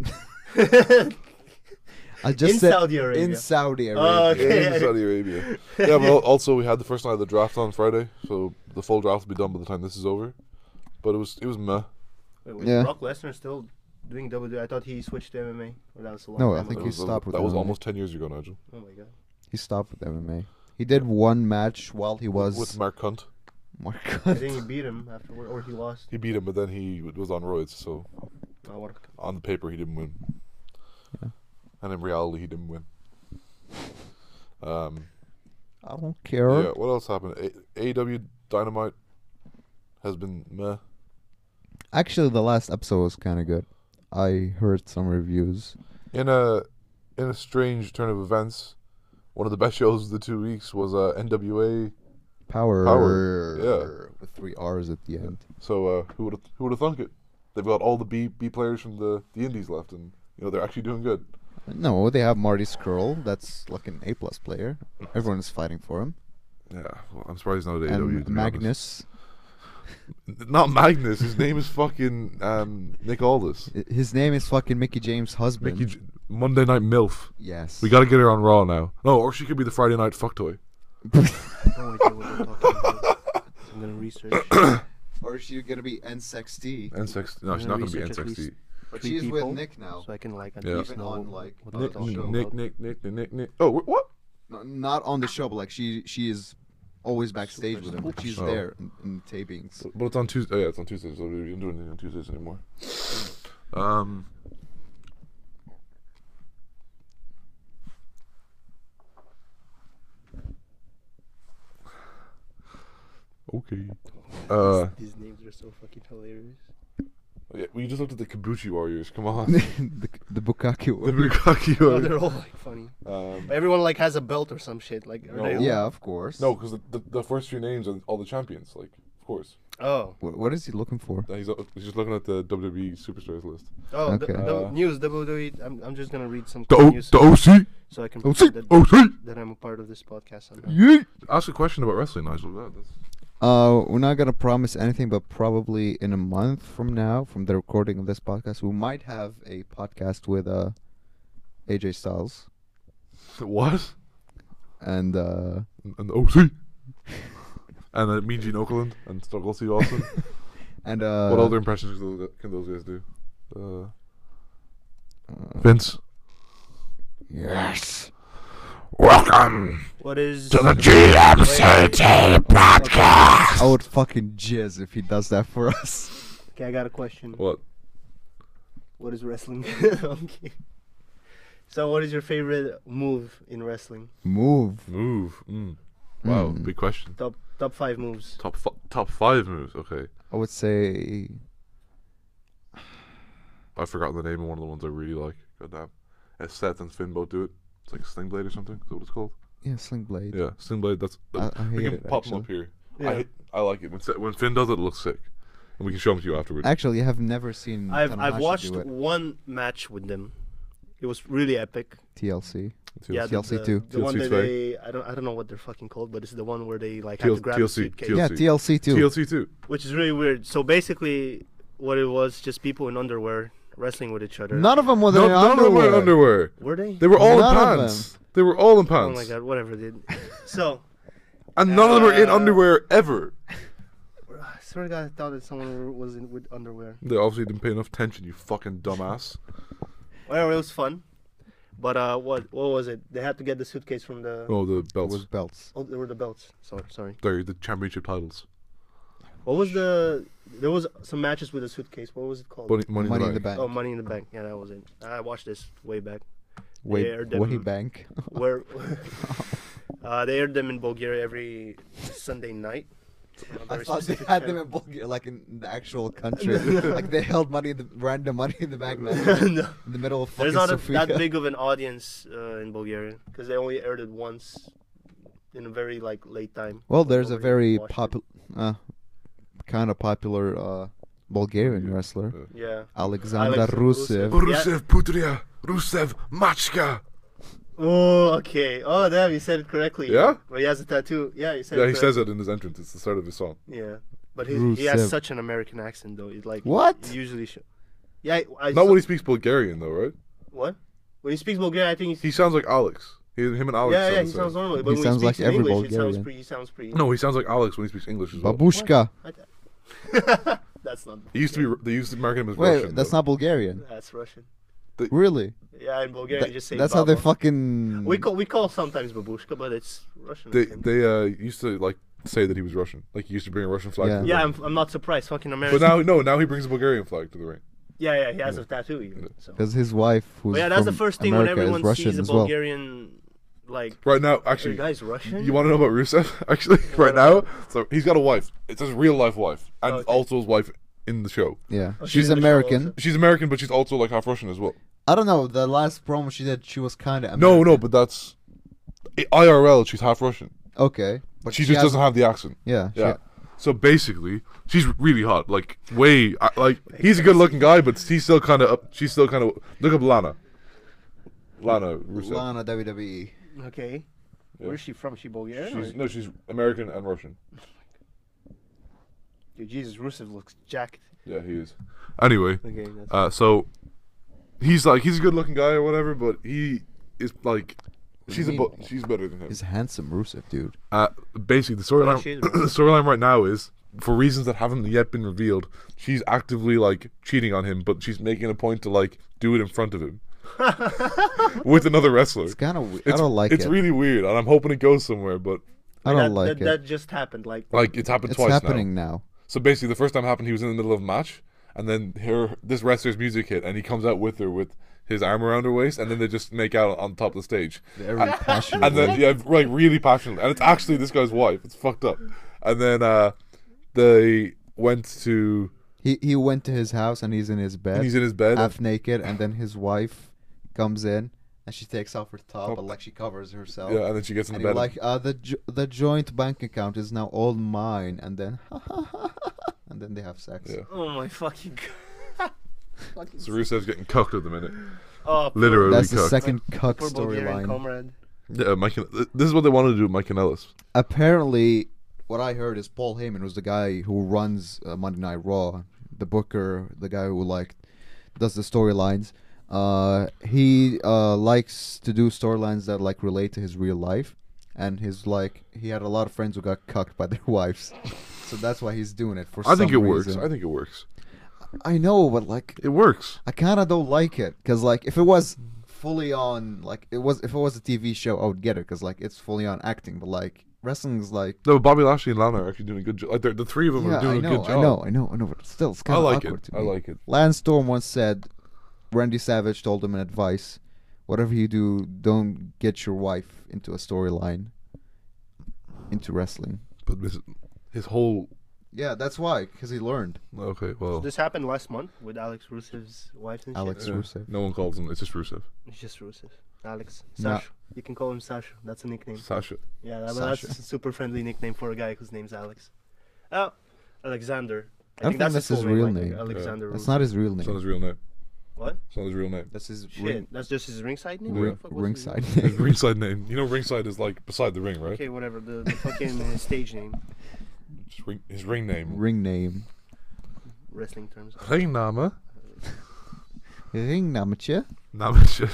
S3: I just
S5: in
S3: said
S5: Saudi Arabia.
S3: in Saudi Arabia.
S5: Oh, okay.
S4: in Saudi Arabia. Yeah, but al- also we had the first night of the draft on Friday, so the full draft will be done by the time this is over. But it was it was meh.
S5: Wait, was
S3: Yeah.
S5: Brock Lesnar still doing WWE? I thought he switched to MMA. Or that was a long
S3: No, I
S5: time
S3: think
S4: That
S3: he's-
S5: ago.
S4: was, that
S3: stopped
S4: was-
S3: with
S4: that was
S3: MMA.
S4: almost ten years ago, Nigel.
S5: Oh my god.
S3: He stopped with MMA. He did one match while he was.
S4: with Mark Hunt.
S3: Mark
S5: I think he beat him afterward, or he lost.
S4: He beat him, but then he w- was on roids, so
S5: Oh, what a-
S4: on the paper he didn't win. And in reality he didn't win. Um,
S3: I don't care.
S4: yeah, what else happened? A- AEW Dynamite has been meh.
S3: Actually, the last episode was kind of good. I heard some reviews.
S4: In a in a strange turn of events, one of the best shows of the two weeks was uh, NWA.
S3: Power,
S4: Power, yeah.
S3: with three R's at the end.
S4: So uh, who would who would have thunk it? They've got all the B B players from the, the Indies left, and you know they're actually doing good.
S3: No, they have Marty Skrull. That's like an A plus player. Everyone is fighting for him.
S4: Yeah, well, I'm surprised not
S3: and Magnus,
S4: Not Magnus. His name is fucking um, Nick Aldis.
S3: i- his name is fucking Mickey James' husband.
S4: Mickey J- Monday Night Milf.
S3: yes,
S4: We got to get her on Raw now. No, or she could be the Friday Night Fuck Toy.
S5: no idea what they're talking about. I'm gonna research.
S3: Or is she gonna be NXT?
S4: NXT. No, she's not gonna be E.
S5: Research at
S4: NXT.
S5: least
S3: But
S5: three
S3: she's with
S5: people,
S3: Nick now.
S5: So I can like at
S4: Yeah.
S5: least
S3: Even
S5: know
S3: on, like,
S5: what
S3: Nick-
S5: they're talking about.
S4: Nick, Nick, Nick, Nick, Nick, Nick. Oh, wh- what?
S3: No, not on the show, but like she she is always backstage with him. Like she's
S4: Oh.
S3: there in, in tapings.
S4: But it's on Tuesday. Oh, yeah, it's on Tuesdays. So we don't do anything on Tuesdays anymore. Um. Okay. Uh,
S5: These names are so fucking hilarious.
S4: yeah, we just looked at the Kabuchi Warriors. Come on. the
S3: the the Bukaki.
S4: Bukaki
S5: Oh,
S4: Warriors.
S5: they're all like funny.
S4: Um,
S5: Everyone like has a belt or some shit. Like, are they-
S3: Oh, Yeah, of course.
S4: no, because the, the, the first few names are all the champions. Like, of course.
S5: Oh,
S3: What, what is he looking for?
S4: He's, he's just looking at the WWE superstars list.
S5: oh, the,
S3: Okay.
S5: the
S4: Uh,
S5: news WWE. I'm, I'm just gonna read some
S4: The, o-
S5: news
S4: the OC.
S5: so I can prove
S4: OC.
S5: that,
S4: OC.
S5: that I'm a part of this podcast. Somehow.
S4: Yeet. Ask a question about wrestling, Nigel. That- that's-
S3: Uh, we're not gonna promise anything, but probably in a month from now, from the recording of this podcast, we might have a podcast with uh, AJ Styles
S4: What?
S3: and uh,
S4: And, and the OC. and then Mean Gene Oakland and Stokely Austin.
S3: and uh,
S4: what other impressions can those, can those guys do? Uh, Vince.
S3: Yes.
S6: Welcome
S5: What is?
S6: to the GMCT podcast.
S3: I would fucking jizz if he does that for us.
S5: Okay, I got a question.
S4: What?
S5: What is wrestling? okay. So, what is your favorite move in wrestling?
S3: Move.
S4: Move. Mm. Wow.
S3: Hmm.
S4: Big question.
S5: Top top five moves.
S4: Top f- top five moves. Okay.
S3: I would say
S4: I've forgotten the name of one of the ones I really like. Goddamn. It's Seth and Finn both do it. It's like Sling Blade or something. Is that what it's called?
S3: yeah, Sling Blade.
S4: Yeah, Sling Blade. That's
S3: I- I
S4: we
S3: hate
S4: can
S3: it,
S4: pop them up
S3: actually.
S4: here. I
S5: Yeah.
S4: hate- I like it when Sa- when Finn does it. It looks sick, and we can show them to you afterwards.
S3: Actually, I have never seen.
S5: I've
S3: Tanahashi
S5: I've
S3: do
S5: watched
S3: it.
S5: one match with them. It was really epic.
S3: TLC.
S4: TLC.
S5: yeah, the,
S3: TLC
S5: the,
S3: too.
S5: the one
S4: TLC
S5: that
S4: too.
S5: they I don't I don't know what they're fucking called, but it's the one where they like
S4: TL
S5: have to grab the
S4: TLC.
S5: suitcase,
S4: TLC.
S3: Yeah, TLC too.
S4: TLC too.
S5: which is really weird. So basically, what it was just people in underwear wrestling with each other.
S3: None of them were
S4: No,
S3: in
S4: none of them were in underwear.
S5: Were they?
S4: They were all
S3: None of
S4: in pants. They were all in
S5: oh
S4: pants.
S5: my god, whatever, dude. so,
S4: And none of them were in
S5: Uh,
S4: underwear ever.
S5: I swear to God, I thought that someone was in with underwear.
S4: They obviously didn't pay enough attention, you fucking dumbass.
S5: Whatever, it was fun. But uh, what what was it? They had to get the suitcase from the.
S4: Oh, the belts.
S3: was belts.
S5: Oh, there were the belts. Sorry, sorry.
S4: They're the championship titles.
S5: What was the? There was some matches with a suitcase. What was it called?
S4: Money, money,
S3: Money
S4: in the bank.
S3: bank.
S5: Oh, Money in the Bank. Yeah, that was it. I watched this way back.
S3: way,
S5: they aired
S3: way
S5: them-
S3: bank.
S5: Where uh, they aired them in Bulgaria every Sunday night. on a
S3: I
S5: very
S3: thought they
S5: specific
S3: had them
S5: channel.
S3: in Bulgaria, like in the actual country. like they held money, in the random money in the bank matches
S5: No.
S3: in the middle of fucking
S5: There's not a,
S3: Sofia.
S5: that big of an audience uh, in Bulgaria because they only aired it once in a very like late time.
S3: Well, there's a
S5: Nobody
S3: very
S5: watched it.
S3: popular, uh, kind of popular uh, Bulgarian wrestler,
S5: Yeah.
S3: Alexander
S5: Uh, Alexander
S3: Rusev.
S5: Rusev.
S6: Rusev Putria, Rusev Machka.
S5: Oh, okay. Oh, damn, you said it correctly.
S4: Yeah?
S5: But he has a tattoo. Yeah, he said.
S4: Yeah,
S5: it
S4: he
S5: correct-
S4: says it in his entrance. It's the start of his song.
S5: Yeah, but he, he has
S3: Rusev.
S5: such an American accent though. He's like
S3: What?
S5: he usually. Sh- yeah, I, I
S4: Not
S5: saw-
S4: when he speaks Bulgarian, though, right?
S5: what when he speaks Bulgarian. I think he's,
S4: He sounds like Alex. He, him and Alex.
S5: yeah,
S4: sound
S5: yeah,
S4: the
S5: he
S4: same.
S5: sounds normal. But
S3: He
S5: when
S3: sounds
S5: he
S3: like
S5: speaks in
S3: every
S5: English, he sounds
S3: Bulgarian.
S5: pretty. He sounds pretty.
S4: No, he sounds like Alex when he speaks English as well.
S3: Babushka.
S5: I- that's not.
S4: He used to be. They used to market him as
S3: Wait,
S4: Russian.
S3: that's
S4: though.
S3: not Bulgarian.
S5: That's Russian.
S3: Really?
S5: Yeah, in Bulgaria,
S3: That-
S5: you just say.
S3: that's how they
S5: Baba.
S3: fucking.
S5: We call we call sometimes babushka, but it's Russian. I
S4: They
S5: think.
S4: they uh, used to like say that he was Russian. Like he used to bring a Russian flag.
S3: Yeah.
S4: To the
S5: yeah,
S4: ring.
S5: I'm, I'm not surprised. Fucking American.
S4: But now no, now he brings a Bulgarian flag to the ring.
S5: yeah, yeah, he has a tattoo even. So.
S3: Because his wife, who's
S5: But Oh, yeah, that's the
S3: from
S5: first thing
S3: America,
S5: when
S3: is
S5: everyone
S3: Russian
S5: sees a
S3: as well.
S5: Bulgarian, like,
S4: Right now,
S5: are you
S4: actually,
S5: guys Russian?
S4: you want to know about Rusev? Actually, right now, so he's got a wife. It's his real life wife, and
S5: Okay.
S4: also his wife in the show.
S3: Yeah,
S5: she's
S3: she's
S5: in the show
S3: American.
S5: also.
S4: She's American, but she's also like half Russian as well.
S3: I don't know. The last promo she did, she was kind of
S4: No, no, but that's I- IRL. She's half Russian.
S3: Okay, but
S4: She, just
S3: has-
S4: doesn't have the accent.
S3: Yeah, she-
S4: Yeah. So basically, she's really hot. Like way, I- like he's a good-looking guy, but he's still kind of up. She's still kind of look up Lana. Lana E. Rusev.
S3: Lana WWE.
S5: Okay. Where is she from? She Bulgarian? or-
S4: She's, no, she's American and Russian.
S5: Dude, Jesus, Rusev looks jacked.
S4: Yeah, he is. Anyway,
S5: Okay, that's
S4: uh, so he's like he's a good-looking guy or whatever, but he is like she's a
S3: mean?
S4: bu- she's better than him.
S3: He's handsome, Rusev, dude.
S4: Uh, basically, the storyline
S5: she is
S4: the storyline right now is for reasons that haven't yet been revealed. She's actively like cheating on him, but she's making a point to like do it in front of him with another wrestler.
S3: It's kind of. I don't like
S4: it's
S3: it.
S4: really weird, and I'm hoping it goes somewhere, but
S3: I don't
S5: that,
S3: like
S5: that,
S3: it.
S5: That just happened. Like,
S4: like it's happened
S3: it's
S4: twice now.
S3: happening now.
S4: So basically, the first time happened, he was in the middle of a match, and then her this wrestler's music hit, and he comes out with her with his arm around her waist, and then they just make out on top of the stage.
S3: Very passionate.
S4: And then yeah, like really passionate, and it's actually this guy's wife. It's fucked up. And then uh, they went to
S3: he he went to his house and he's in his bed,
S4: and he's in his bed.
S3: half naked, and then his wife comes in and she takes off her top and like she covers herself.
S4: Oh. yeah, and then she gets in the
S3: And
S4: bed.
S3: you're like, uh, the jo- the joint bank account is now all mine, and then, and then they have sex.
S4: Yeah.
S5: oh my fucking god.
S4: so Rusev's getting cucked at the minute,
S5: Oh, poor-
S4: literally
S3: That's the
S4: cucked.
S3: second cuck
S5: poor Bulgarian
S3: storyline.
S5: comrade.
S4: Yeah, Mike. This is what they wanted to do, with Mike and Ellis.
S3: Apparently, what I heard is Paul Heyman was the guy who runs uh, Monday Night Raw, the booker, the guy who like does the storylines. Uh, he uh, likes to do storylines that like relate to his real life, and his like he had a lot of friends who got cucked by their wives, so that's why he's doing it for.
S4: I think it
S3: some
S4: works.
S3: reason.
S4: I think it works.
S3: I know, but like
S4: It works.
S3: I kind of don't like it because like if it was fully on like it was if it was a TV show I would get it because like it's fully on acting but like wrestling's like
S4: No, Bobby Lashley and Lana are actually doing a good job. Like they're- the three of them
S3: yeah
S4: are doing
S3: I
S4: a
S3: know
S4: good job.
S3: I know I know I know but still it's
S4: I
S3: kind of
S4: like
S3: awkward
S4: it.
S3: to
S4: I
S3: me.
S4: like it.
S3: Lance Storm once said Randy Savage told him an advice whatever you do don't get your wife into a storyline into wrestling
S4: But this, his whole
S3: yeah that's why because he learned
S4: okay, well,
S5: This happened last month with Alex Rusev's wife and shit.
S3: Oh. Alex Rusev
S4: no one calls him. It's just Rusev.
S5: It's just Rusev. Alex.
S3: No.
S5: Sasha. You can call him Sasha. That's a nickname.
S4: Sasha.
S5: Yeah, that, but that's
S3: Sasha.
S5: a super friendly nickname for a guy whose name's Alex. Oh, Alexander.
S3: I don't think that's his
S5: full
S3: real
S5: I think.
S3: name.
S5: Alexander.
S3: that's
S5: Rusev.
S3: not his real
S4: It's not
S3: name
S4: his real name.
S5: What?
S4: It's not his real name.
S3: that's his
S5: Shit,
S3: ring,
S5: that's just his ringside name. What
S3: ring,
S5: the fuck was his name?
S3: ringside
S4: His
S3: name
S4: ringside name. You know, ringside is like beside the ring, right?
S5: Okay, whatever. The, the fucking uh, stage name,
S4: Just ring, his ring name.
S3: ring name
S5: wrestling terms.
S4: Ringname.
S3: Ring nametje.
S4: Nah, but shit.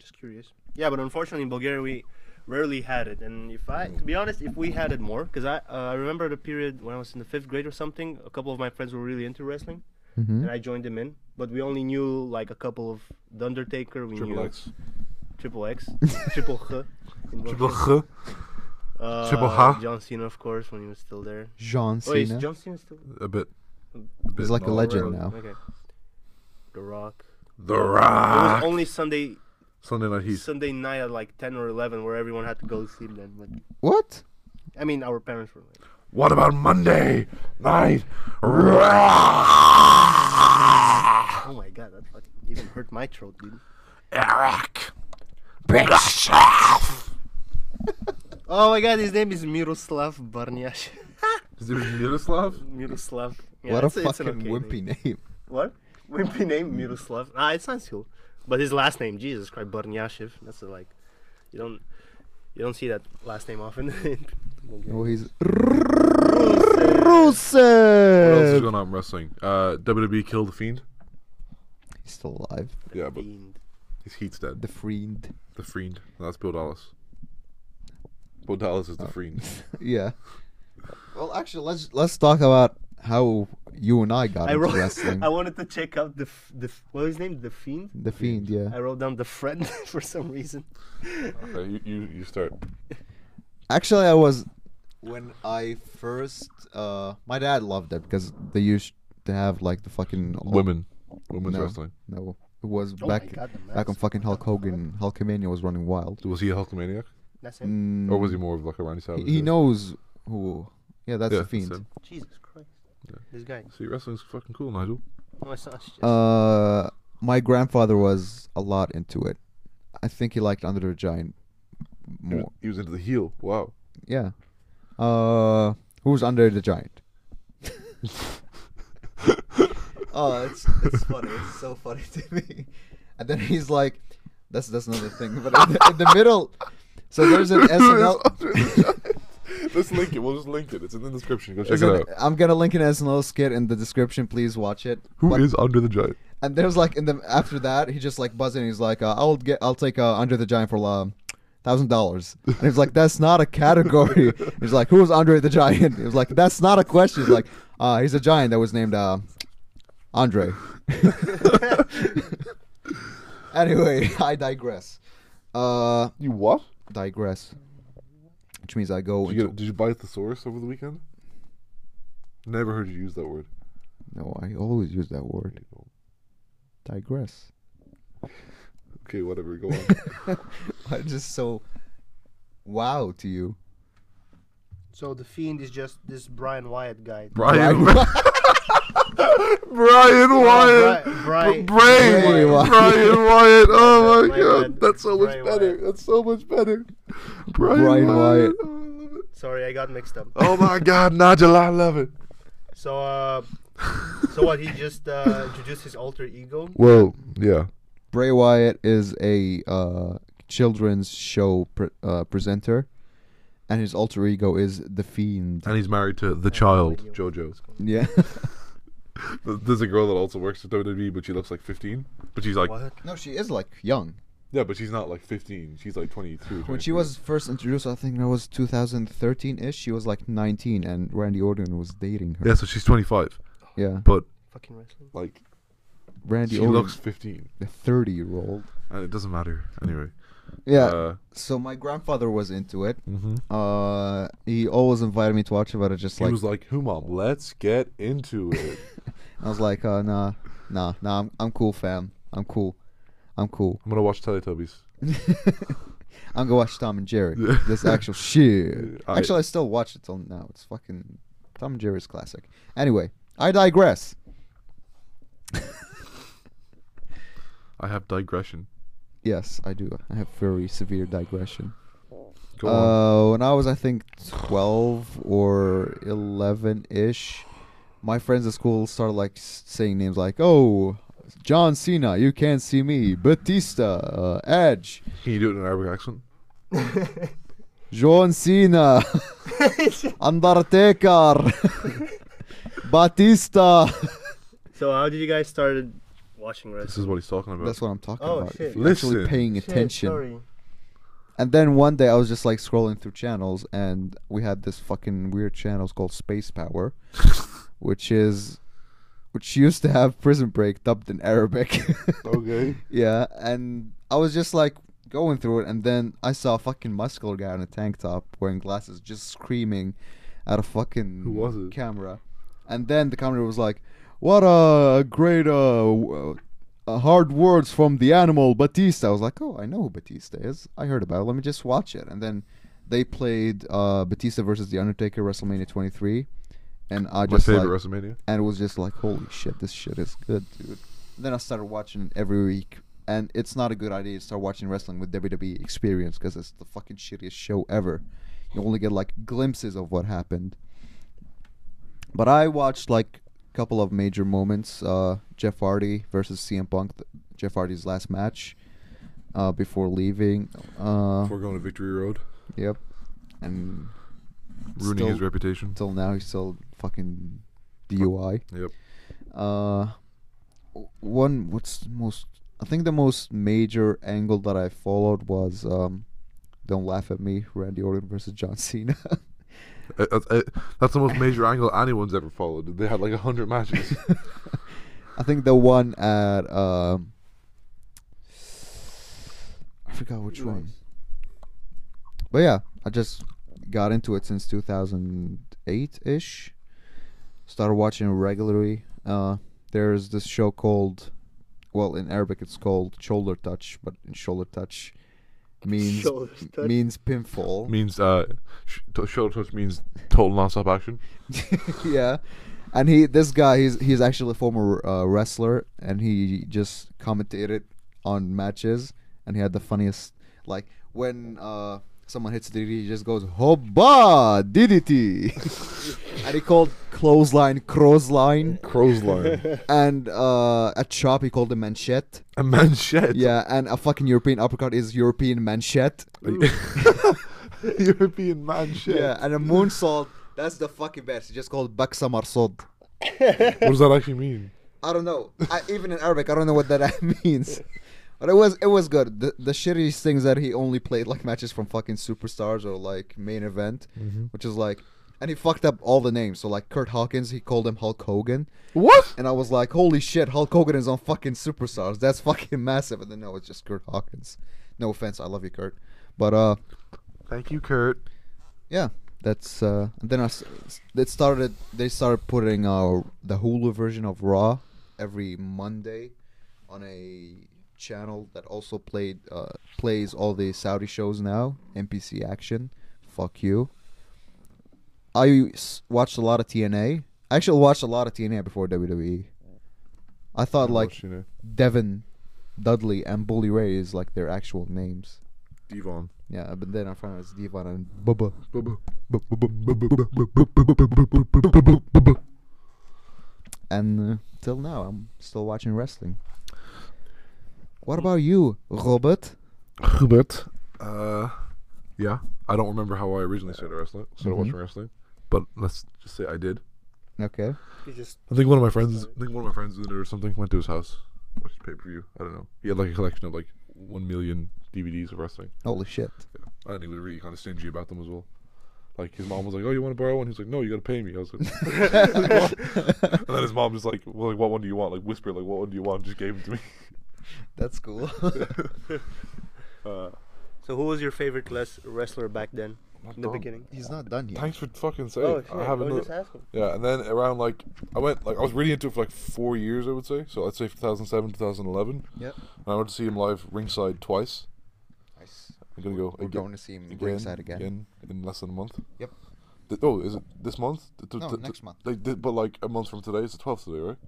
S5: Just curious. Yeah, but unfortunately in Bulgaria we rarely had it. And if I, to be honest, if we had it more, because I uh, I remember the period when I was in the fifth grade or something, a couple of my friends were really into wrestling,
S3: Hmm?
S5: and I joined them in. But we only knew like a couple of The Undertaker. We
S7: Triple
S5: knew
S7: X.
S5: Triple X, Triple H, in
S4: Triple
S5: Bulgarian.
S4: G.
S5: uh,
S4: Triple H.
S5: John Cena, of course, when he was still there.
S3: John
S5: Oh, is
S3: Cena.
S5: John Cena still?
S4: A bit.
S3: He's like a legend
S5: Railroad.
S3: now.
S5: Okay. The Rock.
S4: The
S5: It was
S4: Rock.
S3: Ah.
S5: only Sunday
S4: Sunday Night Heat.
S5: Sunday night at like ten or eleven, where everyone had to go to sleep. Then, but
S3: What?
S5: I mean, our parents were like,
S4: What about Monday Night Raw?
S5: "Oh my god, that fucking even hurt my throat, dude."
S4: Eric Bischoff.
S5: Oh my god, his name is Miroslav Barniash.
S4: Is it Miroslav?
S5: Miroslav. Yeah,
S3: what a
S5: it's it's an
S3: fucking
S5: okay
S3: wimpy
S5: Name.
S3: name.
S5: What? Wimpy name Miroslav. Ah, it sounds cool, but his last name, Jesus Christ, Barniashev. That's a, like, you don't, you don't see that last name often.
S3: Oh, he's
S4: What else is
S3: Rusev.
S4: going on in wrestling? Uh, WWE killed the Fiend.
S3: He's still alive.
S4: Yeah, but
S5: Fiend.
S4: his Heat's dead.
S3: The Fiend.
S4: The Fiend. No, that's Bill Dallas. Bill Dallas is the Fiend.
S3: Yeah. Well, actually, let's let's talk about how you and I got
S5: I
S3: into
S5: wrote.
S3: wrestling.
S5: I wanted to check out the f- the f- what was his name? The Fiend.
S3: the Fiend, yeah.
S5: I wrote down the friend for some reason.
S4: okay, Uh, you, you you start.
S3: Actually, I was when I first. Uh, my dad loved it because they used to have like the fucking
S4: Women, women's
S3: No.
S4: wrestling.
S3: No, it was
S5: Oh my
S3: back
S5: God, the
S3: back on
S5: mask.
S3: fucking Hulk Hogan. Hulkamania was running wild.
S4: Was he a Hulkamaniac,
S5: That's him.
S4: or was Mm. he more of like a Randy Savage?
S3: He, he knows who. Yeah, that's
S4: Yeah,
S3: the Fiend.
S4: him.
S5: Jesus Christ. This guy.
S4: See, wrestling's fucking cool, Nigel.
S5: Oh, I saw shit.
S3: Uh, my grandfather was a lot into it. I think he liked Under the Giant
S4: He was,
S3: more.
S4: he was into the heel. Wow.
S3: Yeah. Uh, who's Under the Giant? oh, it's it's funny. It's so funny to me. And then he's like, "That's that's another thing." But in the, in the middle, so there's an SNL.
S4: Let's link it. We'll just link it. It's in the description. Go check
S3: there's
S4: it
S3: an-
S4: out.
S3: I'm gonna link an SNL skit in the description. Please watch it.
S4: Who
S3: But-
S4: is under the giant?
S3: And there's like in the after that, he just like buzzing. He's like, uh, "I'll get, I'll take uh, Under the Giant for uh, thousand dollars." And he's like, "That's not a category." he's like, "Who's Andre the Giant?" He was like, "That's not a question." He's like, uh, "He's a giant that was named uh, Andre." anyway, I digress. Uh,
S4: You what?
S3: digress, which means I go.
S4: Did you,
S3: Into,
S4: get, did you buy thesaurus over the weekend? Never heard you use that word.
S3: no, I always use that word. Digress.
S4: Okay, whatever. Go on.
S3: I'm just so wow to you.
S5: so the fiend is just this Brian Wyatt guy.
S4: Brian. Brian Wyatt.
S5: Bri-
S4: Bri-
S5: Bri-
S3: Bray
S4: Brian.
S3: Wyatt.
S4: Brian Wyatt. Oh my
S5: Brian
S4: god,
S5: Wyatt.
S4: that's so much
S5: Brian
S4: better.
S5: Wyatt.
S4: That's so much better. Brian,
S3: Brian
S4: Wyatt.
S3: Wyatt.
S4: Oh, I love it.
S5: Sorry, I got mixed up.
S4: Oh my god, Nigel, I love it.
S5: So, uh, so what? He just uh, introduced his alter ego.
S4: Well, yeah.
S3: Bray Wyatt is a uh, children's show pre- uh, presenter, and his alter ego is the Fiend.
S4: And he's married to the child, JoJo.
S3: Yeah,
S4: There's a girl that also works at WWE, but she looks like 15. But she's like,
S5: What?
S3: no, she is like young.
S4: yeah, but she's not like 15. She's like 22.
S3: When she
S4: 23.
S3: was first introduced, I think that was 2013 ish. She was like 19, and Randy Orton was dating her.
S4: Yeah, so she's 25.
S3: Yeah,
S4: But
S5: Fucking wrestling.
S4: like,
S3: Randy
S4: she
S3: Orton,
S4: looks Uh, 15.
S3: the 30 year old.
S4: And it doesn't matter. Anyway.
S3: Yeah.
S4: Uh,
S3: so my grandfather was into it.
S4: mm-hmm.
S3: Uh, he always invited me to watch it, but I just
S4: He
S3: like
S4: was like, "Who, mom? Let's get into it."
S3: I was like, uh, nah, nah, nah. I'm, I'm cool, fam. I'm cool. I'm cool.
S4: I'm gonna watch Teletubbies.
S3: I'm gonna watch Tom and Jerry.
S4: Yeah.
S3: this actual shit.
S4: I-
S3: Actually, I still watch it till now. It's fucking Tom and Jerry's classic. Anyway, I digress.
S4: I have digression.
S3: Yes, I do. I have very severe digression.
S4: Go on.
S3: Uh, when I was, I think, 12 or 11 ish, my friends at school started like s- saying names like, oh, John Cena, you can't see me, Batista, uh, Edge,
S4: Can you do it in an Arabic accent?
S3: John Cena, Undertaker, Batista.
S5: So how did you guys started watching
S4: This
S5: wrestling?
S4: is what he's talking about.
S3: That's what I'm talking
S5: Oh,
S3: about.
S5: shit.
S3: If you're actually
S4: Listen.
S3: paying attention. And then one day I was just like scrolling through channels, and we had this fucking weird channels called Space Power, which is, which used to have Prison Break dubbed in Arabic.
S8: Okay.
S3: yeah, and I was just like going through it, and then I saw a fucking muscular guy in a tank top wearing glasses just screaming at a fucking
S4: Who was it?
S3: camera, and then the camera was like, "What a great uh." w- uh, hard words from the animal Batista. I was like, oh, I know who Batista is. I heard about it. Let me just watch it. And then they played uh, Batista versus The Undertaker WrestleMania 23, and I
S4: My
S3: just
S4: favorite
S3: like,
S4: WrestleMania.
S3: and it was just like, holy shit, this shit is good, dude. Then I started watching it every week, and it's not a good idea to start watching wrestling with WWE Experience because it's the fucking shittiest show ever. You only get like glimpses of what happened. But I watched like a couple of major moments: uh, Jeff Hardy versus CM Punk, th- Jeff Hardy's last match uh, before leaving. Uh,
S4: Before going to Victory Road,
S3: yep, and
S4: ruining
S3: still,
S4: his reputation.
S3: Till now, he's still fucking DUI.
S4: Yep.
S3: Uh, w- one what's the most I think the most major angle that I followed was um, don't laugh at me, Randy Orton versus John Cena.
S4: Uh, That's, uh, that's the most major angle anyone's ever followed. They had like a hundred matches.
S3: I think the one at um, I forgot which one, but yeah, I just got into it since 2008 ish. Started watching it regularly. Uh, there's this show called, well, in Arabic it's called Shoulder Touch, but in Shoulder Touch means
S5: Shoulder touch.
S3: means pinfall.
S4: means uh, sh- to- shoulder touch means total non-stop action.
S3: yeah. And he, this guy, he's he's actually a former uh, wrestler, and he just commentated on matches, and he had the funniest, like when uh, someone hits DDT, he just goes "Hobba DDT," and he called clothesline crowsline,
S4: Crow's line.
S3: and uh, a chop he called a manchette.
S4: a manchette.
S3: Yeah, and a fucking European uppercut is European manchette.
S4: European manchette.
S3: Yeah, and a moonsault. That's the fucking best. It's just called baksa marsod.
S4: What does that actually mean?
S3: I don't know. I, even in Arabic, I don't know what that means. But it was it was good. The the shittiest things that he only played like matches from fucking superstars or like main event, which is like, and he fucked up all the names. So like Kurt Hawkins, he called him Hulk Hogan,
S4: What?
S3: and I was like, holy shit, Hulk Hogan is on fucking superstars. That's fucking massive. And then no, it's just Kurt Hawkins. No offense, I love you, Kurt, but uh,
S4: Thank you, Kurt.
S3: yeah, that's uh. And then I, s- s- it started. They started putting uh the Hulu version of Raw every Monday on a channel that also played uh plays all the Saudi shows now. NPC Action, fuck you. I s- watched a lot of TNA. I actually watched a lot of TNA before WWE. I thought like
S4: you know,
S3: Devin, Dudley, and Bully Ray is like their actual names.
S4: Devon.
S3: Yeah, but then I found out it's Devon and Bubba. and uh, till now I'm still watching wrestling. What about you, Robert?
S4: Hubert. Uh, yeah. I don't remember how I originally started wrestling. Started watching wrestling, but let's just say I did.
S3: Okay.
S5: He just
S4: I think one of my friends. I think one of my friends did it or something. Went to his house, watched pay per view. I don't know. He had like a collection of like one million DVDs of wrestling.
S3: Holy shit.
S4: I think he was really kind of stingy about them as well. Like his mom was like, "Oh, you want to borrow one?" He was like, "No, you got to pay me." I was like, "What?" and then his mom just like, well, "Like, what one do you want?" Like whisper, "Like, what one do you want?" Just gave him to me.
S3: That's cool.
S4: Uh,
S5: So who was your favorite les- wrestler back then?
S4: not
S5: In the
S4: dumb.
S5: beginning.
S3: He's not done yet.
S4: Thanks for fucking saying.
S5: Oh shit!
S4: I have
S5: oh,
S4: another-
S5: just ask him.
S4: Yeah, and then around like I went like I was really into it for like four years, I would say. So let's say 2007, 2011.
S3: Yep.
S4: And I went to see him live ringside twice.
S3: Nice.
S4: I'm gonna go.
S3: We're
S4: again,
S3: going to see him ringside again.
S4: in less than a month.
S3: Yep.
S4: Th- oh, is it this month? Th- th-
S3: No,
S4: th-
S3: next
S4: th-
S3: month.
S4: Like, th- but like a month from today, it's the 12th today, right?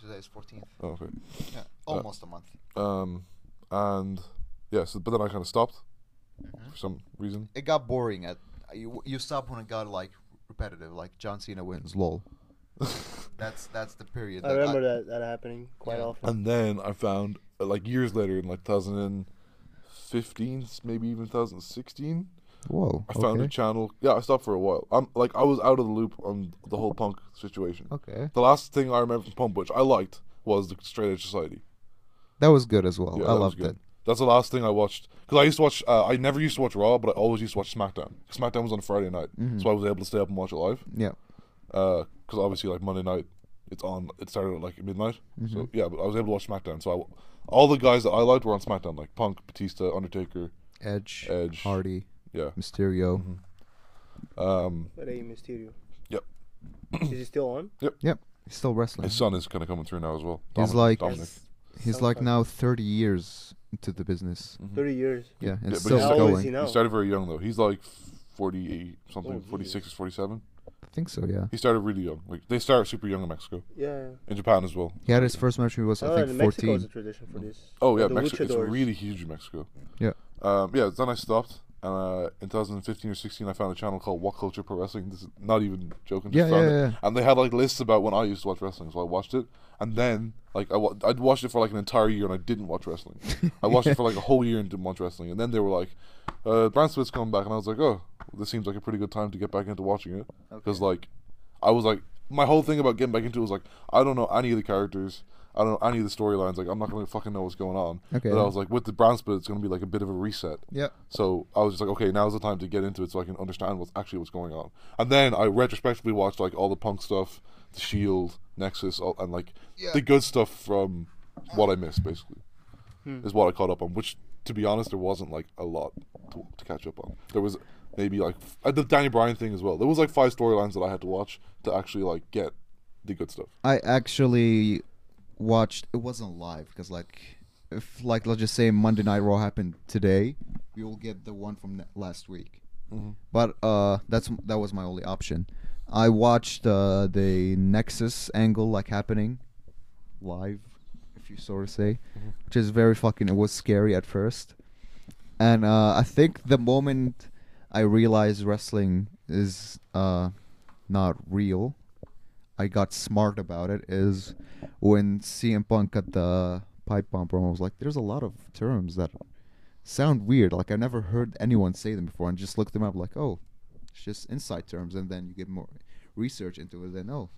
S3: today is 14th.
S4: Oh, okay.
S3: Yeah, almost a month.
S4: Um, and yeah, so but then I kind of stopped
S3: Mm-hmm.
S4: for some reason.
S3: It got boring at you. You stop when it got like repetitive, like John Cena wins. Lol. that's that's the period.
S5: I remember that, that happening quite
S3: Yeah.
S5: often.
S4: And then I found uh, like years later in like 2015, maybe even 2016,
S3: Whoa.
S4: I found a
S3: okay.
S4: channel. Yeah, I stopped for a while. I'm like I was out of the loop on the whole punk situation.
S3: Okay.
S4: The last thing I remember from Pump, which I liked, was the Straight Edge Society.
S3: That was good as well.
S4: Yeah,
S3: I
S4: that was
S3: loved
S4: good.
S3: it.
S4: That's the last thing I watched because I used to watch. Uh, I never used to watch Raw, but I always used to watch SmackDown. SmackDown was on Friday night,
S3: Mm-hmm.
S4: so I was able to stay up and watch it live.
S3: Yeah.
S4: Because Uh, obviously, like Monday night, it's on. It started at like midnight. So
S3: Mm-hmm.
S4: yeah, but I was able to watch SmackDown. So I, w- all the guys that I liked were on SmackDown, like Punk, Batista, Undertaker.
S3: Edge,
S4: Edge. Mm-hmm.
S3: Hardy,
S4: Yeah.
S3: Mm-hmm. Mysterio.
S4: Um.
S5: But hey, Mysterio.
S4: Yep.
S5: Is he still on?
S3: Yep. He's still wrestling.
S4: His son is kind of coming through now as well.
S3: Mm-hmm. He's
S4: Dominic-
S3: like-
S4: Dominic.
S3: He's like now 30 years into the business.
S5: Thirty years.
S3: Yeah, and
S4: Mm-hmm. but
S3: still
S4: he's
S5: How old is he
S3: going.
S5: now?
S4: He started very young though. He's like forty-eight something,
S5: Oh,
S4: forty-six or forty-seven.
S3: I think so, yeah.
S4: He started really young. Like they start super young in Mexico,
S5: yeah.
S4: in Japan as well.
S3: He had his first match when he was,
S5: Oh,
S3: I
S5: in
S3: think,
S5: Mexico is
S3: 14.
S5: a tradition for this.
S4: Oh yeah,
S5: the
S4: Mexico. It's
S5: luchadors.
S4: really huge in Mexico.
S3: Yeah.
S4: Um, yeah. Then I stopped. And uh, in 2015 or 16, I found a channel called What Culture Pro Wrestling. This is not even joking. Just
S3: Yeah,
S4: found
S3: yeah,
S4: it.
S3: yeah.
S4: And they had like lists about when I used to watch wrestling, so I watched it. And then like I wa- I'd watched it for like an entire year, and I didn't watch wrestling. I watched it for like a whole year and didn't watch wrestling. And then they were like, uh, "Brand Smith's coming back," and I was like, "Oh, this seems like a pretty good time to get back into watching it." Because like, I was like, my whole thing about getting back into it was like, I don't know any of the characters. I don't know any of the storylines. Like, I'm not gonna fucking know what's going on.
S3: Okay.
S4: But I was like, with the Brown Split, it's gonna be like a bit of a reset.
S3: Yeah.
S4: So I was just like, okay, now's the time to get into it so I can understand what's actually what's going on. And then I retrospectively watched like all the punk stuff, the Shield, Nexus, all, and like the good stuff from what I missed basically is what I caught up on. Which, to be honest, there wasn't like a lot to, to catch up on. There was maybe like f- uh, the Danny Bryan thing as well. There was like five storylines that I had to watch to actually like get the good stuff.
S3: I actually watched, it wasn't live, because, like, if, like, let's just say Monday Night Raw happened today, we will get the one from ne- last week. But uh, that's that was my only option. I watched uh, the Nexus angle, like, happening live, if you so to say, which is very fucking, it was scary at first. and uh, I think the moment I realized wrestling is uh, not real, I got smart about it. Is when CM Punk got the pipe bomb promo. I was like, "There's a lot of terms that sound weird. Like I never heard anyone say them before, and just looked them up. Like, oh, it's just inside terms, and then you get more research into it. Then oh,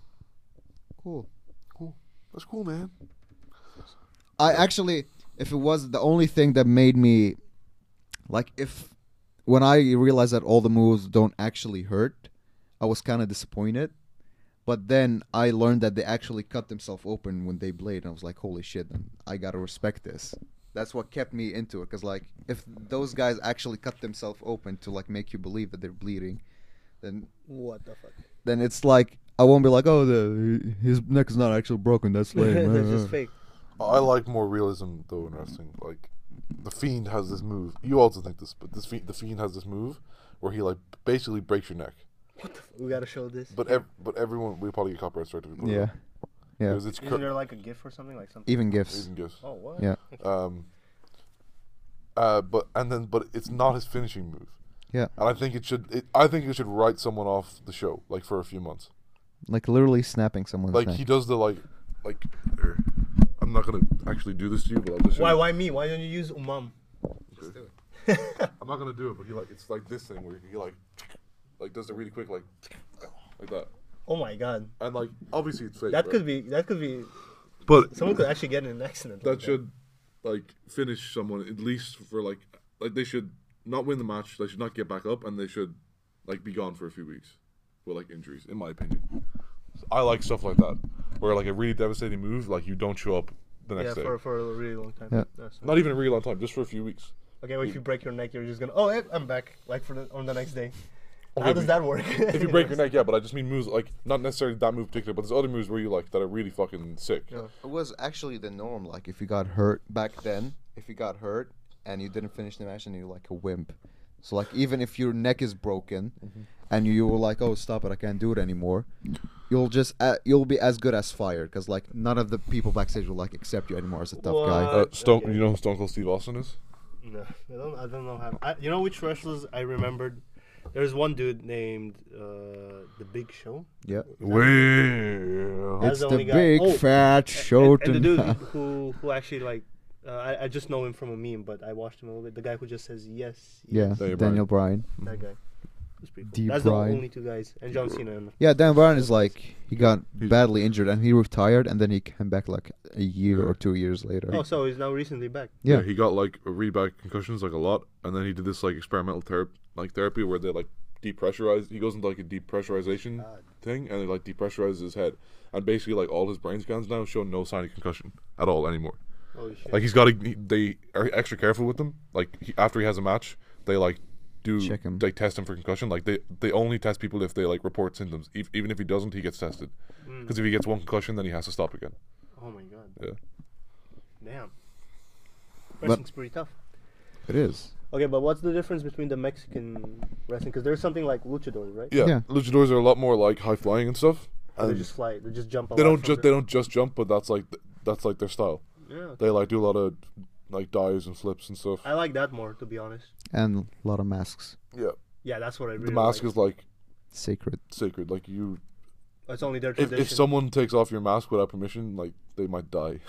S3: cool.
S4: Cool. That's cool, man.
S3: I actually, if it was the only thing that made me, like, if when I realized that all the moves don't actually hurt, I was kind of disappointed. But then I learned that they actually cut themselves open when they blade, and I was like, holy shit, then I gotta respect this. That's what kept me into it, because, like, if those guys actually cut themselves open to, like, make you believe that they're bleeding, then
S5: What the fuck?
S3: then it's like, I won't be like, oh, the, his neck is not actually broken, that's lame.
S5: That's just fake.
S4: I like more realism though in wrestling. Like the Fiend has this move. You also think this, but this Fiend, the Fiend has this move where he like basically breaks your neck.
S5: We gotta show this.
S4: But ev- but everyone we probably get copyright strike if we put it
S3: yeah.
S4: up.
S3: Yeah.
S4: 'Cause it's
S5: Isn't
S4: cur-
S5: there like a GIF or something like something?
S3: Even gifts.
S4: even guess.
S5: Oh what?
S3: Yeah.
S4: Um. Uh, but and then but it's not his finishing move,
S3: Yeah.
S4: and I think it should. It, I think it should write someone off the show like for a few months.
S3: Like literally snapping someone's
S4: Like
S3: neck.
S4: he does the like like. er, I'm not gonna actually do this to you, but I'll just. show
S5: Why?
S4: you.
S5: Why me? Why don't you use umam?
S4: I'm not gonna do it, but he like it's like this thing where he like like does it really quick like like that.
S5: Oh my god,
S4: And like obviously it's fake.
S5: that
S4: right?
S5: could be. That could be.
S4: but
S5: Someone could actually get in an accident. like
S4: that should like finish someone at least for like like they should not win the match, they should not get back up and they should like be gone for a few weeks with like injuries, in my opinion. I like stuff like that. Where like a really devastating move, like you don't show up the
S5: Yeah,
S4: next day.
S5: for, for a really long time.
S3: Yeah.
S5: That's-
S4: Not even a really long time, just for a few weeks.
S5: Okay, well, if you break your neck, you're just gonna. Oh, eh, I'm back. Like for the, on the next day. How
S4: Okay,
S5: does
S4: but
S5: that work?
S4: if you break your neck, yeah, but I just mean moves like not necessarily that move particular, but there's other moves where you like that are really fucking sick.
S3: It was actually the norm. Like, if you got hurt back then, if you got hurt and you didn't finish the match, and you're like a wimp. So, like, even if your neck is broken, and you were like, "Oh, stop it! I can't do it anymore," you'll just uh, you'll be as good as fired because like none of the people backstage will like accept you anymore as a tough guy.
S5: What?
S4: Uh, Stone, you know who Stone Cold Steve Austin is?
S5: No, I don't. I don't know how. I, you know which wrestlers I remembered? There's one dude named uh, the Big Show.
S3: Yeah,
S4: Well,
S5: That's
S3: it's
S5: the
S3: the,
S5: only guy-
S3: big
S5: oh,
S3: fat show
S5: and, and the dude
S3: tonight.
S5: who who actually like Uh, I, I just know him from a meme, but I watched him a little bit. The guy who just says yes,
S3: Yeah,
S5: yes,
S4: Daniel
S3: Daniel Bryan.
S5: that guy. That's pretty cool.
S3: Deep
S5: That's
S3: Ryan.
S5: the only two guys, and John Cena. And
S3: Yeah, Dan Bryan is like he got
S4: He's-
S3: badly injured and he retired and then he came back like a year
S4: Yeah.
S3: or two years later.
S5: oh, so he's now recently back.
S3: Yeah.
S4: he got like a read back concussions like a lot, and then he did this like experimental therapy, like therapy where they like depressurize. He goes into like a depressurization thing, and they like depressurize his head, and basically like all his brain scans now show no sign of concussion at all anymore.
S5: Holy shit!
S4: Like he's got to they are extra careful with him. Like he, after he has a match, they like do
S3: Check him.
S4: like test him for concussion. Like they they only test people if they like report symptoms. Ev- even if he doesn't, he gets tested.
S5: Mm.
S4: Because if he gets one concussion, then he has to stop again.
S5: oh my god!
S4: Yeah.
S5: Damn. Wrestling's pretty tough.
S3: It is.
S5: Okay, but what's the difference between the Mexican wrestling? Because there's something like luchador, right?
S4: Yeah,
S3: Yeah.
S4: luchadors are a lot more like high flying and stuff.
S5: They
S4: And
S5: just fly. They just jump. a
S4: they
S5: lot
S4: don't
S5: from
S4: just they
S5: the-
S4: don't just jump, but that's like th- that's like their style.
S5: Yeah.
S4: They like do a lot of like dives and flips and stuff.
S5: I like that more, to be honest.
S3: And a lot of masks.
S4: Yeah,
S5: Yeah, that's what I really
S4: the mask
S5: like.
S4: is like
S3: Sacred.
S4: sacred. Like you,
S5: It's only their
S4: if,
S5: tradition.
S4: if someone takes off your mask without permission, like they might die.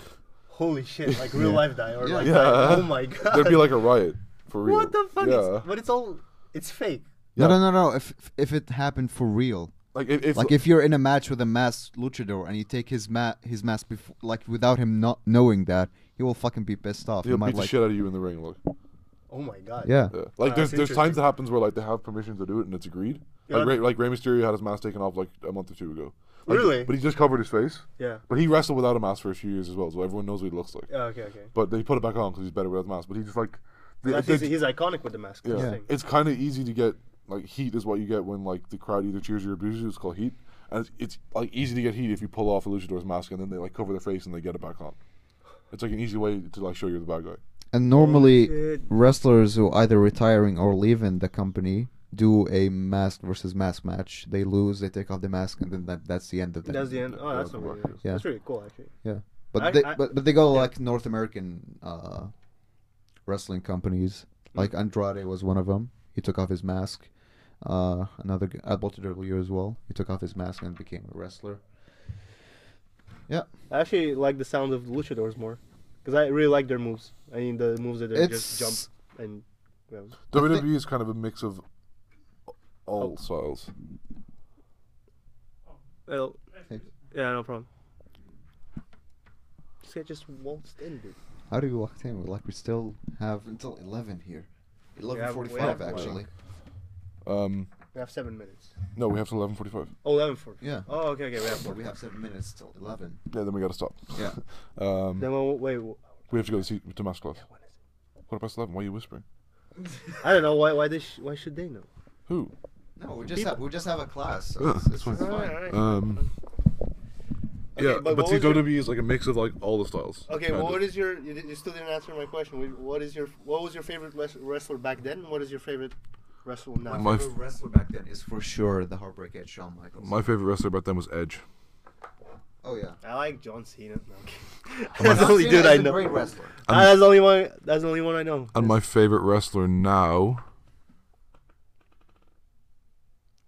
S5: Holy shit! Like real life die or like
S4: Yeah.
S5: die- oh my god!
S4: There'd be like a riot for real.
S5: what the fuck?
S4: Yeah,
S5: It's, but it's all it's fake.
S4: Yeah.
S3: No, no, no, no. If if it happened for real,
S4: like if, if
S3: like if you're in a match with a masked luchador and you take his ma- his mask before, like without him not knowing that, he will fucking be pissed off. He
S4: he'll beat
S3: might
S4: the
S3: like,
S4: shit out of you in the ring. Like,
S5: Oh my god!
S3: yeah.
S4: yeah. like
S5: Ah,
S4: there's
S5: that's
S4: there's times that happens where like they have permission to do it and it's agreed.
S5: Yeah.
S4: Like Ray, like Rey Mysterio had his mask taken off like a month or two ago. Like,
S5: Really?
S4: But he just covered his face.
S5: Yeah.
S4: But he wrestled without a mask for a few years as well, so everyone knows what he looks like.
S5: Yeah, Okay. Okay.
S4: But they put it back on because he's better without the mask. But he just like, the-
S5: That's
S4: the-
S5: he's, he's iconic with the mask.
S4: yeah.
S5: that's the thing.
S4: it's kind of easy to get like heat is what you get when like the crowd either cheers you or abuses you. It's called heat, and it's, it's like easy to get heat if you pull off a luchador's mask and then they like cover their face and they get it back on. It's like an easy way to like show you're the bad guy.
S3: And normally,
S5: Oh, shit.
S3: wrestlers who either retiring or leaving the company do a mask versus mask match. They lose, they take off the mask, and then that, that's the end of that.
S5: That's the end. Oh, that's
S4: the
S5: not really
S4: work.
S5: nice.
S3: Yeah.
S5: That's really cool, actually.
S3: Yeah, but
S5: I-
S3: they
S5: I-
S3: but, but they go like North American uh, wrestling companies.
S5: Mm-hmm.
S3: Like Andrade was one of them. He took off his mask. Uh, another g- at WCW as well. He took off his mask and became a wrestler. Yeah,
S5: I actually like the sound of the luchadors more, because I really like their moves. I mean, the moves that they
S3: It's-
S5: just jump and. grab.
S4: WWE E is kind of a mix of
S5: Oh.
S4: all styles.
S5: Well,
S3: Hey.
S5: yeah, no problem. This guy just waltzed in, dude.
S3: how do we walk in? Like we still have until eleven here. Eleven forty-five
S5: way up.
S3: actually.
S4: Um,
S5: We have seven minutes.
S4: no, we have to eleven forty-five.
S5: Oh, 11 for.
S3: Yeah.
S5: Oh, okay, okay, we have
S3: But
S5: four.
S3: we have seven minutes till eleven.
S4: Yeah, then we gotta stop.
S3: Yeah.
S4: Um,
S5: Then we'll, wait, wh-
S4: we have to go to, see, to mask class. What past eleven? Why are you whispering?
S5: I don't know why. Why they? Sh- why should they know?
S4: Who?
S3: No, we just have we just have a class. So it's, it's fine.
S4: Um. Yeah,
S5: but
S4: but
S5: what
S4: see,
S5: was your-
S4: WWE is like a mix of like all the styles.
S5: Okay,
S4: kind
S5: well,
S4: of.
S5: what is your? You, you still didn't answer my question. Wh- What is your? What was your favorite wres- wrestler back then? and What is your favorite wrestler now?
S4: My-
S3: favorite wrestler back then is for sure the Heartbreak Kid, Shawn Michaels.
S4: My favorite wrestler back then was Edge.
S3: oh yeah.
S5: I like John Cena. No, okay. that's the only
S3: Cena is
S5: dude I
S3: a
S5: know.
S3: Great wrestler.
S5: Ah, that's the only one. That's the only one I know.
S4: And my favorite wrestler now.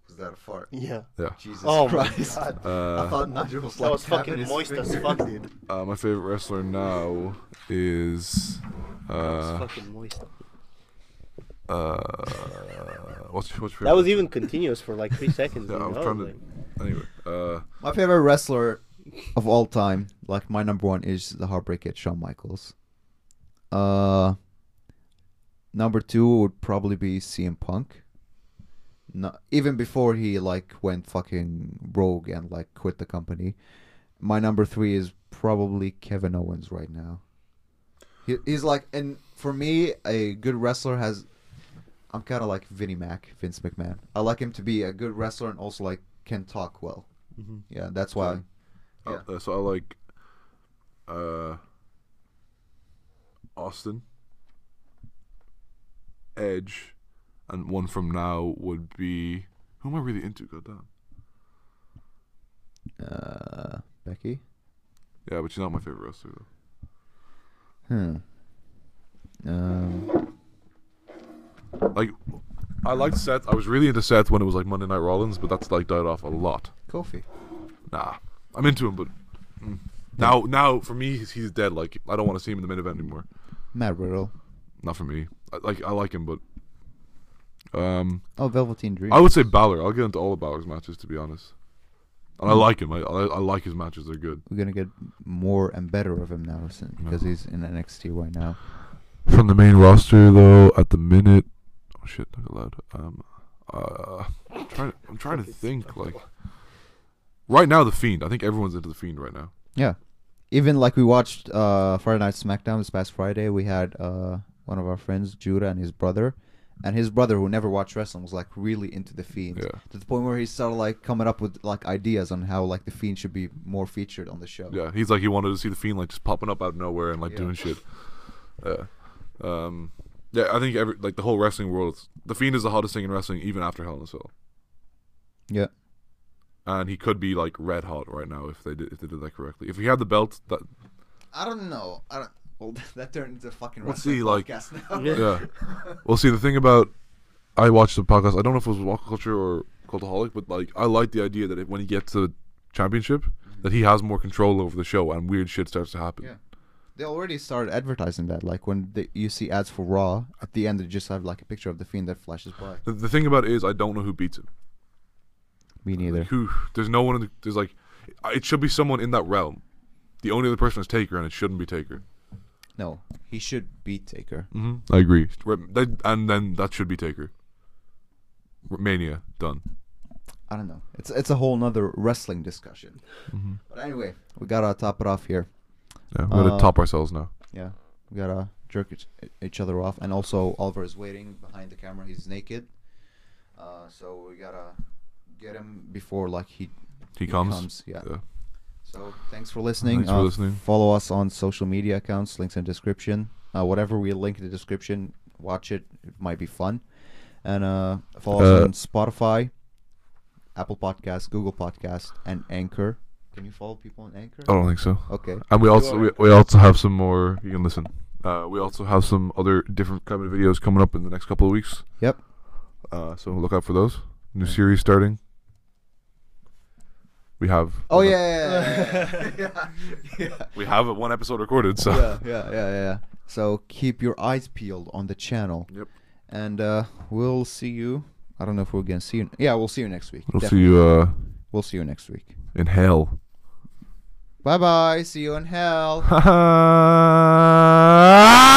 S3: Was that a fart? Uh,
S5: Yeah.
S4: Yeah.
S3: Jesus
S5: Oh my
S3: Christ.
S5: God.
S3: I thought Nigel was like
S5: That was
S3: tapping
S5: fucking
S3: his
S5: moist as
S3: finger.
S5: fuck, dude. That
S4: Uh, my favorite wrestler now is.
S5: was
S4: Uh,
S5: fucking moist.
S4: uh, what's, what's your
S5: That was
S4: favorite-
S5: even continuous for like three seconds.
S4: Yeah,
S5: dude.
S4: I was
S5: I
S4: trying
S5: was
S4: to.
S5: like-
S4: Anyway, uh,
S3: My favorite wrestler of all time, like my number one, is the Heartbreak Kid, Shawn Michaels. Uh, number two would probably be CM Punk. No, even before he like went fucking rogue and like quit the company, my number three is probably Kevin Owens right now. He, he's like, and for me, a good wrestler has. I'm kind of like Vinnie Mac, Vince McMahon. I like him to be a good wrestler and also like can talk well. Yeah, that's why. Yeah.
S4: uh, so I like. Uh, Austin. Edge, and one from now would be who am I really into? Goddamn.
S3: Uh, Becky.
S4: Yeah, but she's not my favorite wrestler. Though.
S3: Hmm. Um,
S4: Like, I liked Seth. I was really into Seth when it was like Monday Night Rollins, but that's like died off a lot.
S3: Kofi.
S4: Nah, I'm into him, but mm. now, now for me, he's, he's dead. Like, I don't want to see him in the main event anymore.
S3: Matt Riddle.
S4: Not for me. I, like I like him, but um,
S9: Oh, Velveteen Dream.
S4: I would say Balor. I'll get into all of Balor's matches to be honest. And I like him. I, I, I like his matches. They're good.
S9: We're gonna get more and better of him now since, because he's in NXT right now.
S4: From the main roster though, at the minute, oh shit, not allowed. Um, uh, I'm trying. I'm trying to think. Like right now, the Fiend. I think everyone's into the Fiend right now.
S9: Yeah,
S3: Even like we watched uh, Friday Night SmackDown this past Friday, we had uh, one of our friends, Judah, and his brother. And his brother, who never watched wrestling, was like really into the Fiend
S4: Yeah.
S3: to the point where he started like coming up with like ideas on how like the Fiend should be more featured on the show.
S4: Yeah, he's like he wanted to see the Fiend like just popping up out of nowhere and like doing shit. Yeah. Um. Yeah, I think every like the whole wrestling world, is- the Fiend is the hottest thing in wrestling, even after Hell in a Cell,
S9: yeah.
S4: and he could be like red hot right now if they did if they did that correctly. If he had the belt, that
S3: I don't know. I don't. Well, that turned into a fucking
S4: Let's
S3: wrestling
S4: see, like-
S3: podcast now.
S4: yeah. well, see, the thing about I watched the podcast. I don't know if it was Walk Culture or Cultaholic, but like I like the idea that if, when he gets to the championship, that he has more control over the show and weird shit starts to happen.
S3: Yeah. They already started advertising that. Like when they, you see ads for Raw, at the end they just have like a picture of the Fiend that flashes by.
S4: The, the thing about it is, I don't know who beats him.
S9: Me neither.
S4: Who? There's no one. In the, there's like, it should be someone in that realm. The only other person is Taker, and it shouldn't be Taker.
S3: No, he should beat Taker.
S4: I agree. And then that should be Taker. Mania done.
S3: I don't know. It's it's a whole nother wrestling discussion.
S4: Mm-hmm.
S3: But anyway, we gotta top it off here.
S4: Yeah, we're gonna top ourselves now.
S3: Yeah, we gotta jerk each, each other off. And also, Oliver is waiting behind the camera. He's naked. Uh, so we gotta get him before like he.
S4: He comes.
S3: yeah.
S4: yeah.
S3: So thanks for listening.
S4: Thanks for
S3: Uh,
S4: listening.
S3: Follow us on social media accounts. Links in description. Uh, whatever we link in the description, watch it. It might be fun. And uh, follow us
S4: Uh,
S3: on Spotify, Apple Podcast, Google Podcast, and Anchor. Can you follow people on Anchor?
S4: I don't think so.
S3: Okay.
S4: And we also we, we also have some more. You can listen. Uh, we also have some other different kind of videos coming up in the next couple of weeks.
S3: Yep.
S4: Uh, so look out for those. New series starting. We have.
S3: Oh
S4: we
S3: yeah.
S4: have-
S3: yeah, yeah, yeah.
S4: We have one episode recorded. So.
S3: yeah, yeah, yeah, yeah. So keep your eyes peeled on the channel.
S4: Yep.
S3: And uh, we'll see you. I don't know if we're gonna see you. Yeah, we'll see you next week.
S4: We'll
S3: Definitely.
S4: see you uh,
S3: We'll see you next week.
S4: in hell.
S3: Bye bye. See you in hell.